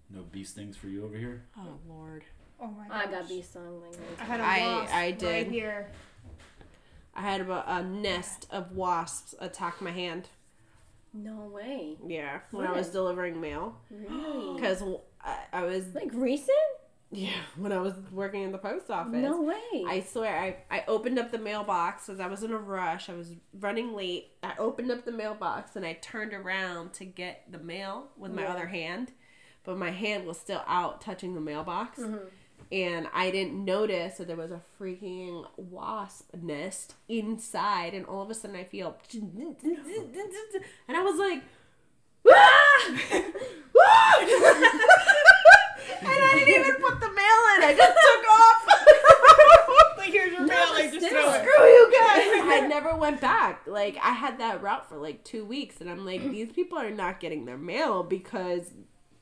Speaker 2: No bee stings for you over here.
Speaker 3: Oh lord.
Speaker 5: Oh my
Speaker 4: I
Speaker 5: gosh.
Speaker 4: got bee stung. Like,
Speaker 5: I had a
Speaker 3: I-
Speaker 5: wasp
Speaker 3: I
Speaker 5: right
Speaker 3: did.
Speaker 5: here.
Speaker 3: I had about a nest of wasps attack my hand.
Speaker 4: no way.
Speaker 3: Yeah, when I
Speaker 4: Really?
Speaker 3: was delivering mail,
Speaker 4: Really?
Speaker 3: because I, I was
Speaker 4: Like recent?
Speaker 3: yeah when I was working in the post office.
Speaker 4: No way.
Speaker 3: I swear, I, I opened up the mailbox as I was in a rush. I was running late. I opened up the mailbox and I turned around to get the mail with my
Speaker 4: Yeah.
Speaker 3: other hand, but my hand was still out touching the mailbox.
Speaker 4: Mm-hmm.
Speaker 3: And I didn't notice that there was a freaking wasp nest inside. And all of a sudden I feel. And I was like, "Ah! [laughs] Ah!" and I didn't even put the mail in. I just took off. [laughs]
Speaker 5: Like here's your mail. Like just
Speaker 4: still.
Speaker 5: throw it.
Speaker 3: Screw you guys! I never went back. Like I had that route for like two weeks, and I'm like, these people are not getting their mail because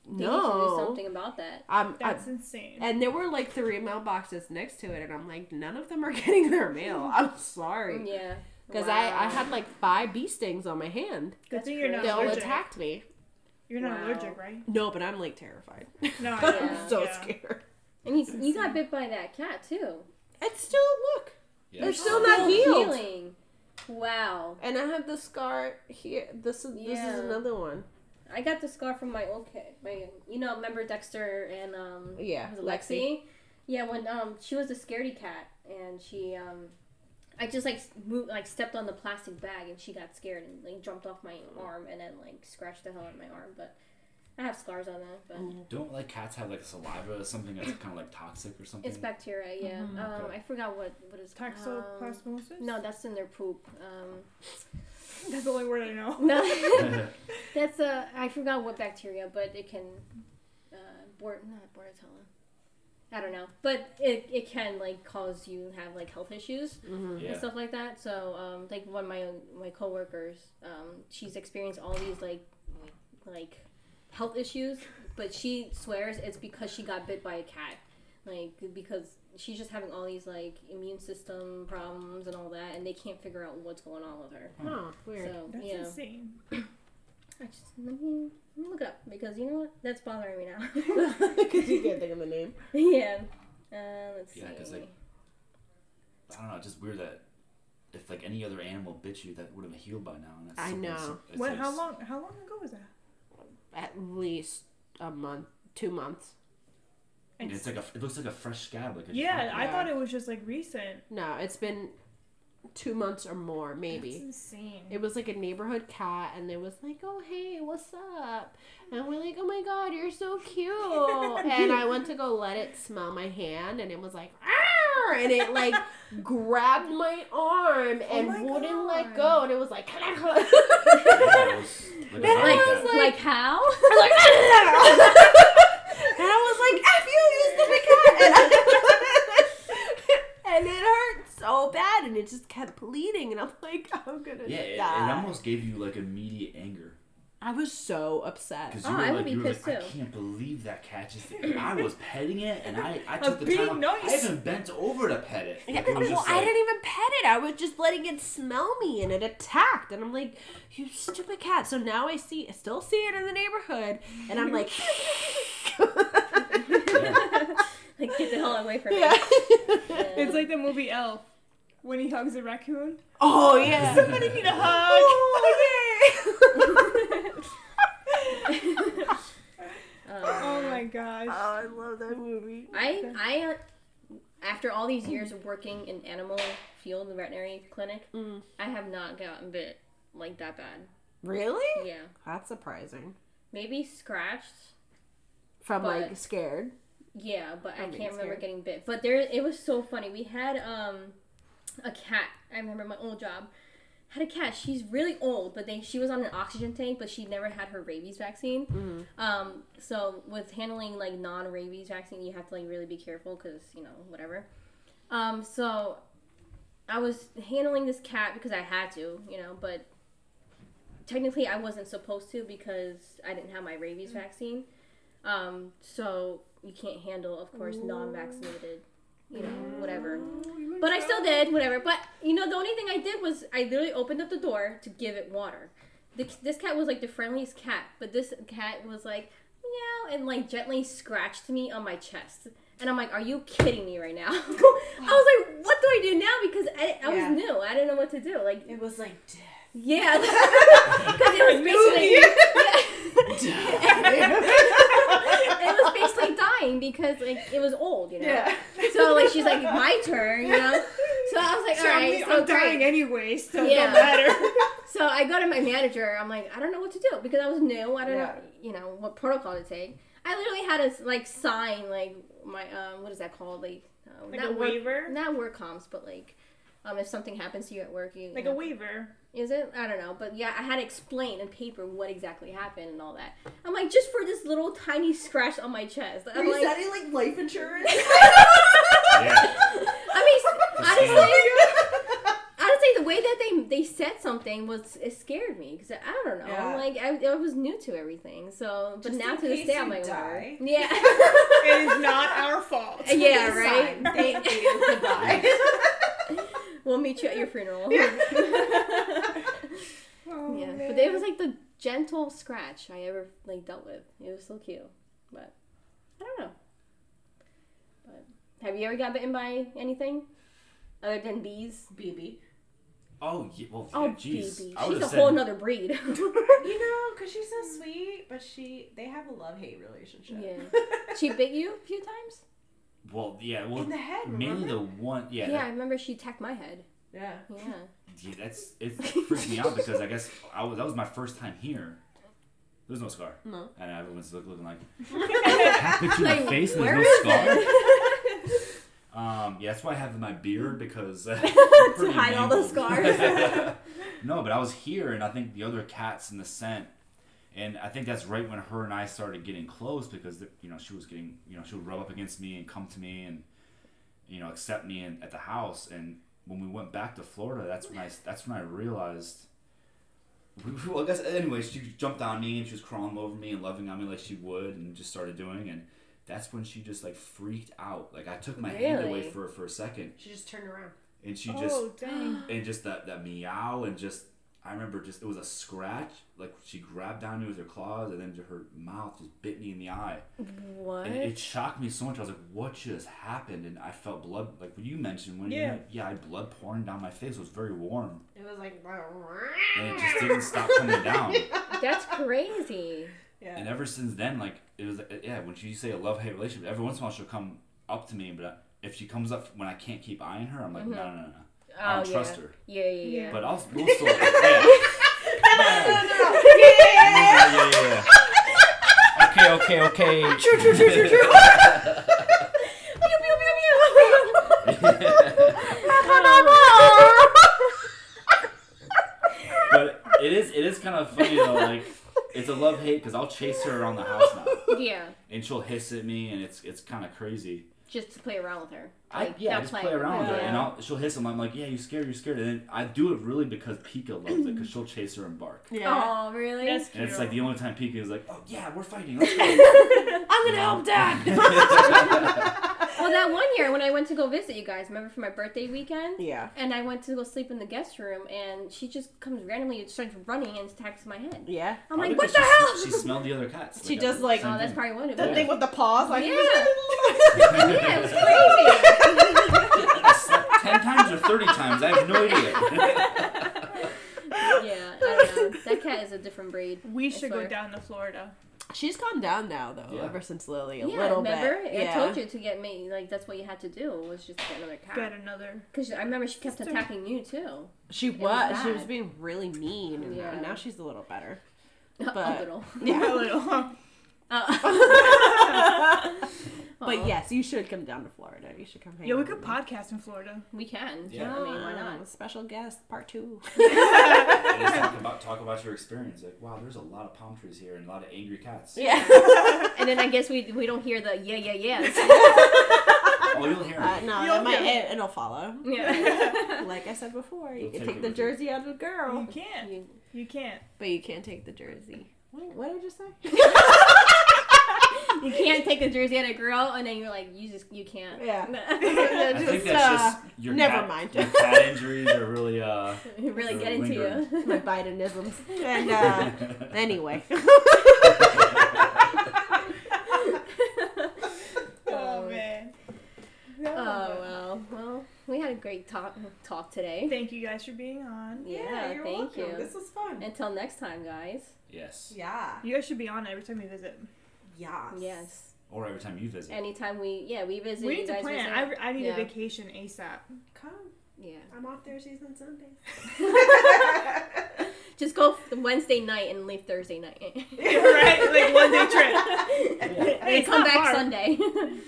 Speaker 4: They need to do
Speaker 3: no.
Speaker 4: something about that.
Speaker 3: Um,
Speaker 5: That's insane.
Speaker 3: and there were like three mailboxes next to it, and I'm like, none of them are [laughs] getting their mail. I'm sorry.
Speaker 4: Mm, Yeah.
Speaker 3: Because
Speaker 4: Wow.
Speaker 3: I, I had like five bee stings on my hand.
Speaker 5: Good thing you're not
Speaker 3: They all
Speaker 5: allergic.
Speaker 3: attacked me.
Speaker 5: You're not
Speaker 4: Wow.
Speaker 5: allergic, right?
Speaker 3: No, but I'm like terrified. [laughs]
Speaker 5: No, I
Speaker 4: Yeah.
Speaker 3: I'm so
Speaker 5: yeah.
Speaker 3: scared.
Speaker 4: And you,
Speaker 3: [laughs]
Speaker 4: you got bit by that cat too.
Speaker 3: It's still look.
Speaker 2: Yeah.
Speaker 3: They're still not healed.
Speaker 4: Healing. Wow.
Speaker 3: And I have the scar here. This is this
Speaker 4: Yeah.
Speaker 3: is another one.
Speaker 4: I got the scar from my old kid. My, you know, remember Dexter and um,
Speaker 3: Yeah,
Speaker 4: was it Lexi? Yeah, when um, she was a scaredy cat, and she um, I just like moved, like stepped on the plastic bag, and she got scared and like jumped off my arm, and then like scratched the hell out of my arm. But I have scars on that, but
Speaker 2: Don't like cats have like saliva or something that's kind of like toxic or something. [laughs]
Speaker 4: it's bacteria. Yeah, um, I forgot what what is
Speaker 5: Toxoplasmosis.
Speaker 4: No, that's in their poop. Um,
Speaker 5: [laughs] That's the only word I know.
Speaker 4: No, [laughs]
Speaker 3: Mm-hmm.
Speaker 4: that's uh, I forgot what bacteria, but it can, uh, bort not Bordetella. I don't know, but it, it can like cause you to have like health issues and
Speaker 2: yeah.
Speaker 4: stuff like that. So um, like one of my my coworkers, um, she's experienced all these like like health issues, but she swears it's because she got bit by a cat. Like because she's just having all these like immune system problems and all that, and they can't figure out what's going on with
Speaker 5: Hmm.
Speaker 4: her.
Speaker 3: Huh, weird.
Speaker 4: So
Speaker 5: That's
Speaker 4: you know,
Speaker 5: insane.
Speaker 4: I just let me, let me look it up because you know what? That's bothering me
Speaker 3: [laughs]
Speaker 4: now.
Speaker 3: Because you can't think of the name.
Speaker 4: [laughs] yeah. Uh, let's
Speaker 2: Yeah, 'cause,
Speaker 4: see.
Speaker 2: like, I don't know. It's just weird that if like any other animal bit you, that would have healed by now. And that's
Speaker 3: I
Speaker 2: something-
Speaker 3: know.
Speaker 2: it's
Speaker 5: What?
Speaker 2: like-
Speaker 5: How long? How long ago was that?
Speaker 3: At least a month, two months.
Speaker 5: And
Speaker 2: It's like a. It looks like a fresh scab. Like a
Speaker 5: yeah,
Speaker 3: [laughs]
Speaker 5: I
Speaker 3: Yeah.
Speaker 5: thought it was just like recent.
Speaker 3: No, it's been two months or more, maybe.
Speaker 5: It's insane.
Speaker 3: It was like a neighborhood cat, and it was like, "Oh hey, what's up?" And we're like, "Oh my god, you're so [laughs] cute!" and I went to go let it smell my hand, and it was like, "Ah!" And it like grabbed my arm and
Speaker 5: my
Speaker 3: wouldn't let go,
Speaker 5: God.
Speaker 3: and it was like, [laughs]
Speaker 2: Yeah, it was, like, a zombie
Speaker 4: Like,
Speaker 2: cat.
Speaker 4: like, how?
Speaker 3: [laughs] like, and I was like, "F you, you stupid cat!" And, I- [laughs] and it hurt so bad, and it just kept bleeding, and I'm like, "I'm gonna
Speaker 2: yeah, it, it
Speaker 3: die."
Speaker 2: almost gave you like immediate anger
Speaker 3: I was so upset.
Speaker 2: because
Speaker 4: Oh,
Speaker 2: you were
Speaker 4: I
Speaker 2: like,
Speaker 4: would be
Speaker 2: you were like
Speaker 4: pissed
Speaker 2: I
Speaker 4: too.
Speaker 2: can't believe that cat just. I was petting it and I, I
Speaker 5: was
Speaker 2: took the
Speaker 5: being
Speaker 2: time. I
Speaker 5: nice.
Speaker 2: even bent over to pet
Speaker 3: [laughs]
Speaker 2: it.
Speaker 3: Yeah,
Speaker 2: Like, it
Speaker 3: well,
Speaker 2: was just
Speaker 3: I
Speaker 2: like-
Speaker 3: didn't even pet it. I was just letting it smell me, and it attacked. And I'm like, "You stupid cat!" So now I see, I still see it in the neighborhood, and I'm like,
Speaker 4: [laughs]
Speaker 3: [laughs]
Speaker 4: like get the hell away from
Speaker 3: yeah.
Speaker 4: me.
Speaker 5: It's like the movie Elf when he hugs a raccoon.
Speaker 2: [laughs]
Speaker 3: oh yeah,
Speaker 5: Somebody [laughs] need a
Speaker 3: oh yeah.
Speaker 4: Um,
Speaker 5: Oh my gosh.
Speaker 3: I love that movie.
Speaker 4: I I uh, after all these years of working in animal field, the veterinary clinic,
Speaker 3: Mm.
Speaker 4: I have not gotten bit like that bad.
Speaker 3: Really?
Speaker 4: Yeah,
Speaker 3: That's surprising.
Speaker 4: maybe scratched.
Speaker 3: From
Speaker 4: But-
Speaker 3: like scared.
Speaker 4: Yeah, but I
Speaker 3: From being
Speaker 4: can't remember
Speaker 3: scared.
Speaker 4: getting bit. But there, it was so funny. We had um a cat. I remember my old job had a cat. She's really old, but they she was on an oxygen tank, but she never had her rabies vaccine. Um, so with handling like non-rabies vaccine, you have to like really be careful because you know whatever. Um, so I was handling this cat because I had to, you know, but technically I wasn't supposed to because I didn't have my rabies vaccine. Um, so you can't handle, of course, non-vaccinated, you know, whatever. But I still did, whatever. But you know, the only thing I did was I literally opened up the door to give it water. The, this cat was like the friendliest cat, but this cat was like meow and like gently scratched me on my chest. And I'm like, are you kidding me right now? [laughs] I was like, what do I do now? Because I, I
Speaker 3: Yeah.
Speaker 4: was new. I didn't know what to do. Like,
Speaker 3: It was [laughs] like
Speaker 4: yeah. [laughs] Because it was basically. it was basically dying because like it was old, you know. So like she's like my turn, you know. So I was like, all right, so
Speaker 5: I'm
Speaker 4: great.
Speaker 5: dying anyway, so it
Speaker 4: Yeah.
Speaker 5: don't matter.
Speaker 4: So I go to my manager. I'm like, I don't know what to do because I was new. I don't know,
Speaker 3: Yeah.
Speaker 4: you know, what protocol to take. I literally had to like sign like my um, what is that called? Like, uh,
Speaker 5: Like
Speaker 4: not
Speaker 5: a
Speaker 4: work-
Speaker 5: waiver?
Speaker 4: not work comps, but like. Um, if something happens to you at work, you
Speaker 5: Like
Speaker 4: you
Speaker 5: a
Speaker 4: know,
Speaker 5: waiver.
Speaker 4: is it? I don't know. But yeah, I had to explain in paper what exactly happened and all that. I'm like, just for this little tiny scratch on my chest. I'm like,
Speaker 3: like life insurance?
Speaker 2: [laughs] Yeah.
Speaker 4: I
Speaker 5: [laughs]
Speaker 4: mean, s- honestly, honestly, the way that they they said something was it scared me because I don't know,
Speaker 3: Yeah.
Speaker 4: like I, I was new to everything. So, but
Speaker 3: Just
Speaker 4: now
Speaker 3: in
Speaker 4: to this
Speaker 3: case
Speaker 4: day, I'm
Speaker 3: you
Speaker 4: like,
Speaker 3: die.
Speaker 4: whatever.
Speaker 3: [laughs]
Speaker 4: [laughs] yeah,
Speaker 5: It is not our fault.
Speaker 4: yeah, right.
Speaker 3: Thank
Speaker 4: [laughs] They-
Speaker 3: you. Goodbye.
Speaker 4: we'll meet you at
Speaker 3: [laughs]
Speaker 4: your funeral. [laughs]
Speaker 5: Oh,
Speaker 4: Yeah,
Speaker 5: man.
Speaker 4: but it was like the gentle scratch I ever like dealt with. It was so cute, but I don't know. But have you ever got bitten by anything other than bees?
Speaker 3: BB.
Speaker 4: [laughs]
Speaker 2: Oh, yeah, well, yeah,
Speaker 4: Oh,
Speaker 2: jeez.
Speaker 4: BB,
Speaker 2: I
Speaker 4: she's
Speaker 2: would've
Speaker 4: a
Speaker 2: said-
Speaker 4: whole nother breed.
Speaker 3: [laughs]
Speaker 4: [laughs]
Speaker 6: You know, because she's so sweet, but she they have a love hate relationship.
Speaker 3: [laughs]
Speaker 4: Yeah. she bit you a few times.
Speaker 2: Well, yeah, well,
Speaker 6: In the head,
Speaker 2: mainly
Speaker 6: remember?
Speaker 2: the one. Yeah,
Speaker 4: Yeah,
Speaker 2: that-
Speaker 4: I remember she attacked my head.
Speaker 6: yeah.
Speaker 4: [laughs]
Speaker 3: [laughs]
Speaker 4: Yeah,
Speaker 2: yeah, that's it freaked me out because I guess I was, that was my first time here. There's no scar.
Speaker 3: No.
Speaker 2: And everyone's look, looking
Speaker 4: [laughs]
Speaker 2: like, picture my
Speaker 4: Like,
Speaker 2: face and
Speaker 4: where
Speaker 2: there's
Speaker 4: is
Speaker 2: no scar. [laughs]
Speaker 4: [laughs]
Speaker 2: Um, yeah, that's why I have my beard because to
Speaker 3: hide all the scars.
Speaker 2: [laughs] No, but I was here, and I think the other cat's in the scent, and I think that's right when her and I started getting close because you know she was getting you know she would rub up against me and come to me and you know accept me and, at the house. And when we went back to Florida, that's when I that's when I realized. Well, I guess anyway, she jumped on me and she was crawling over me and loving on me like she would, and just started doing. And that's when she just like freaked out. Like I took my hand away
Speaker 4: Really?
Speaker 2: for for a second,
Speaker 6: She just turned around.
Speaker 2: and she just
Speaker 5: Oh
Speaker 2: [gasps]
Speaker 5: dang.
Speaker 2: and just that that meow and just I remember just it was a scratch like she grabbed on me with her claws and then her mouth just bit me in the eye
Speaker 4: What?
Speaker 2: and it shocked me so much I was like what just happened and I felt blood like what you mentioned when you-
Speaker 5: Yeah.
Speaker 2: yeah I had blood pouring down my face it was very warm
Speaker 6: It was like.
Speaker 2: and it just didn't stop coming down
Speaker 4: That's crazy.
Speaker 6: Yeah.
Speaker 2: and ever since then like it was yeah when you say a love hate relationship every once in a while she'll come up to me but if she comes up when I can't keep eyeing her I'm like no no no no I don't
Speaker 4: Oh,
Speaker 2: trust
Speaker 4: yeah.
Speaker 2: her
Speaker 4: Yeah, yeah, yeah.
Speaker 2: but I'll we'll still yeah. yeah, yeah, yeah. Okay, okay, okay. True, true, true, true, true. but it is it is kind of funny though. Like it's a love hate because I'll chase her around the house now,
Speaker 4: yeah.
Speaker 2: and she'll hiss at me, and it's it's kind of crazy.
Speaker 4: Just to play around with her.
Speaker 2: I yeah, I
Speaker 4: not
Speaker 2: just play around with her, and
Speaker 4: Yeah.
Speaker 2: I'll, she'll hiss, and I'm like, yeah, you're scared, you're scared, and then I do it really because Pika loves it because she'll chase her and bark.
Speaker 4: Oh, really?
Speaker 5: That's
Speaker 2: And
Speaker 5: cute.
Speaker 2: it's like the only time Pika is like, oh yeah, we're fighting,
Speaker 4: [laughs]
Speaker 2: let's go.
Speaker 3: I'm gonna help
Speaker 2: [laughs]
Speaker 3: dad.
Speaker 4: Well, that one year when I went to go visit you guys, remember for my birthday weekend?
Speaker 3: yeah.
Speaker 4: And I went to go sleep in the guest room, and she just comes randomly and starts running and attacks my head.
Speaker 3: Yeah.
Speaker 4: I'm like,
Speaker 2: Probably
Speaker 4: what
Speaker 2: 'cause
Speaker 4: the
Speaker 2: she,
Speaker 4: hell?
Speaker 2: sm-
Speaker 4: [laughs]
Speaker 2: She smelled the other cats.
Speaker 3: She
Speaker 2: I-
Speaker 3: just like-
Speaker 2: same
Speaker 4: oh, that's
Speaker 2: thing.
Speaker 4: probably what it
Speaker 3: The
Speaker 4: was.
Speaker 3: thing with the paws, like
Speaker 4: Yeah.
Speaker 3: [laughs]
Speaker 4: Yeah, it was
Speaker 3: yeah.
Speaker 4: crazy.
Speaker 2: I slept [laughs] ten times or thirty times. I have no
Speaker 4: [laughs]
Speaker 2: idea. [laughs]
Speaker 4: yeah, I don't know. That cat is a different breed.
Speaker 5: we should go
Speaker 4: swear.
Speaker 5: down to Florida.
Speaker 3: She's calmed down now though,
Speaker 2: Yeah.
Speaker 3: ever since Lily. A
Speaker 4: yeah,
Speaker 3: little
Speaker 4: remember?
Speaker 3: bit.
Speaker 4: I told you to get me, like, that's what you had to do, was just get another
Speaker 5: Get
Speaker 4: cat. [laughs]
Speaker 5: another. [laughs]
Speaker 4: Because I remember she kept
Speaker 5: Sister.
Speaker 4: attacking you, too. [laughs]
Speaker 3: She
Speaker 4: was
Speaker 3: was. she
Speaker 4: bad.
Speaker 3: was being really mean, and
Speaker 4: Yeah.
Speaker 3: now she's a little [laughs] better.
Speaker 4: a
Speaker 3: But- [laughs]
Speaker 4: little. Uh,
Speaker 5: A
Speaker 3: Yeah.
Speaker 5: little. huh?
Speaker 3: [laughs] but yes, you should come down to Florida. You should come. hang
Speaker 5: Yeah, we
Speaker 3: out
Speaker 5: could
Speaker 3: with me.
Speaker 5: podcast in Florida.
Speaker 4: We can.
Speaker 2: Yeah.
Speaker 4: I mean, why
Speaker 3: Um, [laughs]
Speaker 4: not?
Speaker 3: Special guest part
Speaker 6: [laughs]
Speaker 3: two.
Speaker 2: And just
Speaker 3: [laughs]
Speaker 2: talk about talk about your experience. Like, wow, there's a lot of palm trees here and a lot of angry cats.
Speaker 3: yeah.
Speaker 4: And then I guess we we don't hear the yeah, yeah, yes.
Speaker 3: [laughs]
Speaker 2: Oh, you'll hear.
Speaker 3: Uh,
Speaker 2: it.
Speaker 3: no,
Speaker 5: You'll
Speaker 3: it might,
Speaker 5: do.
Speaker 3: it, it'll follow.
Speaker 4: yeah.
Speaker 3: Like I said before, you
Speaker 2: You'll
Speaker 3: can
Speaker 2: take
Speaker 3: take
Speaker 2: it
Speaker 3: the
Speaker 2: with you.
Speaker 3: jersey out of a girl,
Speaker 5: You can't.
Speaker 4: You-
Speaker 5: You can't.
Speaker 3: but you can't take the jersey. What, what did I just say?
Speaker 4: You can't take the jersey out of girl, and then you're like, you just you can't.
Speaker 6: [laughs]
Speaker 3: [laughs] Yeah.
Speaker 2: I think
Speaker 3: Just,
Speaker 2: that's
Speaker 3: uh,
Speaker 2: just your
Speaker 3: never
Speaker 2: cat,
Speaker 3: mind.
Speaker 2: Your cat injuries are really
Speaker 3: [laughs]
Speaker 2: uh.
Speaker 4: [laughs] really
Speaker 2: Or
Speaker 4: get into you.
Speaker 6: [laughs]
Speaker 3: my Bidenisms. And
Speaker 2: [laughs]
Speaker 3: uh, anyway,
Speaker 5: Oh man.
Speaker 4: [laughs]
Speaker 3: [laughs]
Speaker 4: Oh well, well, we had a great talk talk today.
Speaker 5: Thank you guys for being on.
Speaker 4: Yeah,
Speaker 6: you're
Speaker 4: thank
Speaker 6: welcome.
Speaker 4: you.
Speaker 6: This was fun.
Speaker 4: Until next time, guys.
Speaker 2: Yes.
Speaker 6: yeah.
Speaker 5: You guys should be on every time we visit.
Speaker 6: Yes.
Speaker 4: Yes.
Speaker 2: Or every time you visit.
Speaker 4: Anytime we yeah we visit.
Speaker 5: we
Speaker 4: you
Speaker 5: need to
Speaker 4: guys
Speaker 5: plan.
Speaker 4: Visit.
Speaker 5: I, I need
Speaker 4: Yeah.
Speaker 5: a vacation ASAP.
Speaker 6: Come.
Speaker 4: yeah.
Speaker 6: I'm off Thursdays and
Speaker 3: [laughs]
Speaker 6: Sundays.
Speaker 4: Just go f- Wednesday night and leave Thursday night. [laughs]
Speaker 5: [laughs] right? Like one day trip.
Speaker 4: and come
Speaker 5: not
Speaker 4: back
Speaker 5: far.
Speaker 4: Sunday. [laughs]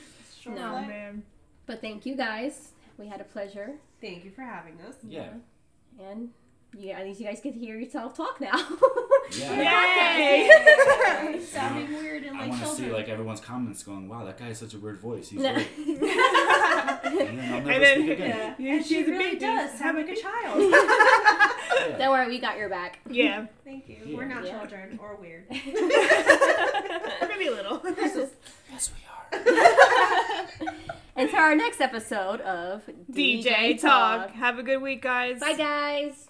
Speaker 6: Sure.
Speaker 4: No.
Speaker 5: Oh man.
Speaker 4: but thank you guys. We had a pleasure,
Speaker 6: Thank you for having us.
Speaker 2: Yeah.
Speaker 4: and you, at least you guys get to hear yourself talk now. [laughs]
Speaker 2: Yeah.
Speaker 5: Yay!
Speaker 3: [laughs]
Speaker 6: Sounding weird and
Speaker 2: I
Speaker 6: like
Speaker 2: want to
Speaker 6: children.
Speaker 2: see like everyone's comments going. Wow, that guy has such a weird voice.
Speaker 3: [laughs]
Speaker 2: He's
Speaker 4: No.
Speaker 2: weird. and then I'll never
Speaker 5: And then-
Speaker 2: speak again.
Speaker 5: Yeah,
Speaker 6: and
Speaker 5: she's
Speaker 6: she
Speaker 5: a
Speaker 6: really
Speaker 5: baby.
Speaker 6: does sound like a
Speaker 3: [laughs]
Speaker 6: child. [laughs]
Speaker 2: Yeah.
Speaker 4: Don't worry, we got your back.
Speaker 5: Yeah.
Speaker 6: Thank you.
Speaker 2: Yeah.
Speaker 6: We're not
Speaker 4: Yeah.
Speaker 6: children or weird.
Speaker 5: Maybe
Speaker 4: [laughs]
Speaker 5: a little. [laughs]
Speaker 2: Yes, we are.
Speaker 4: And to our next episode of
Speaker 5: DJ Talk. Have a good week, guys.
Speaker 4: Bye, guys.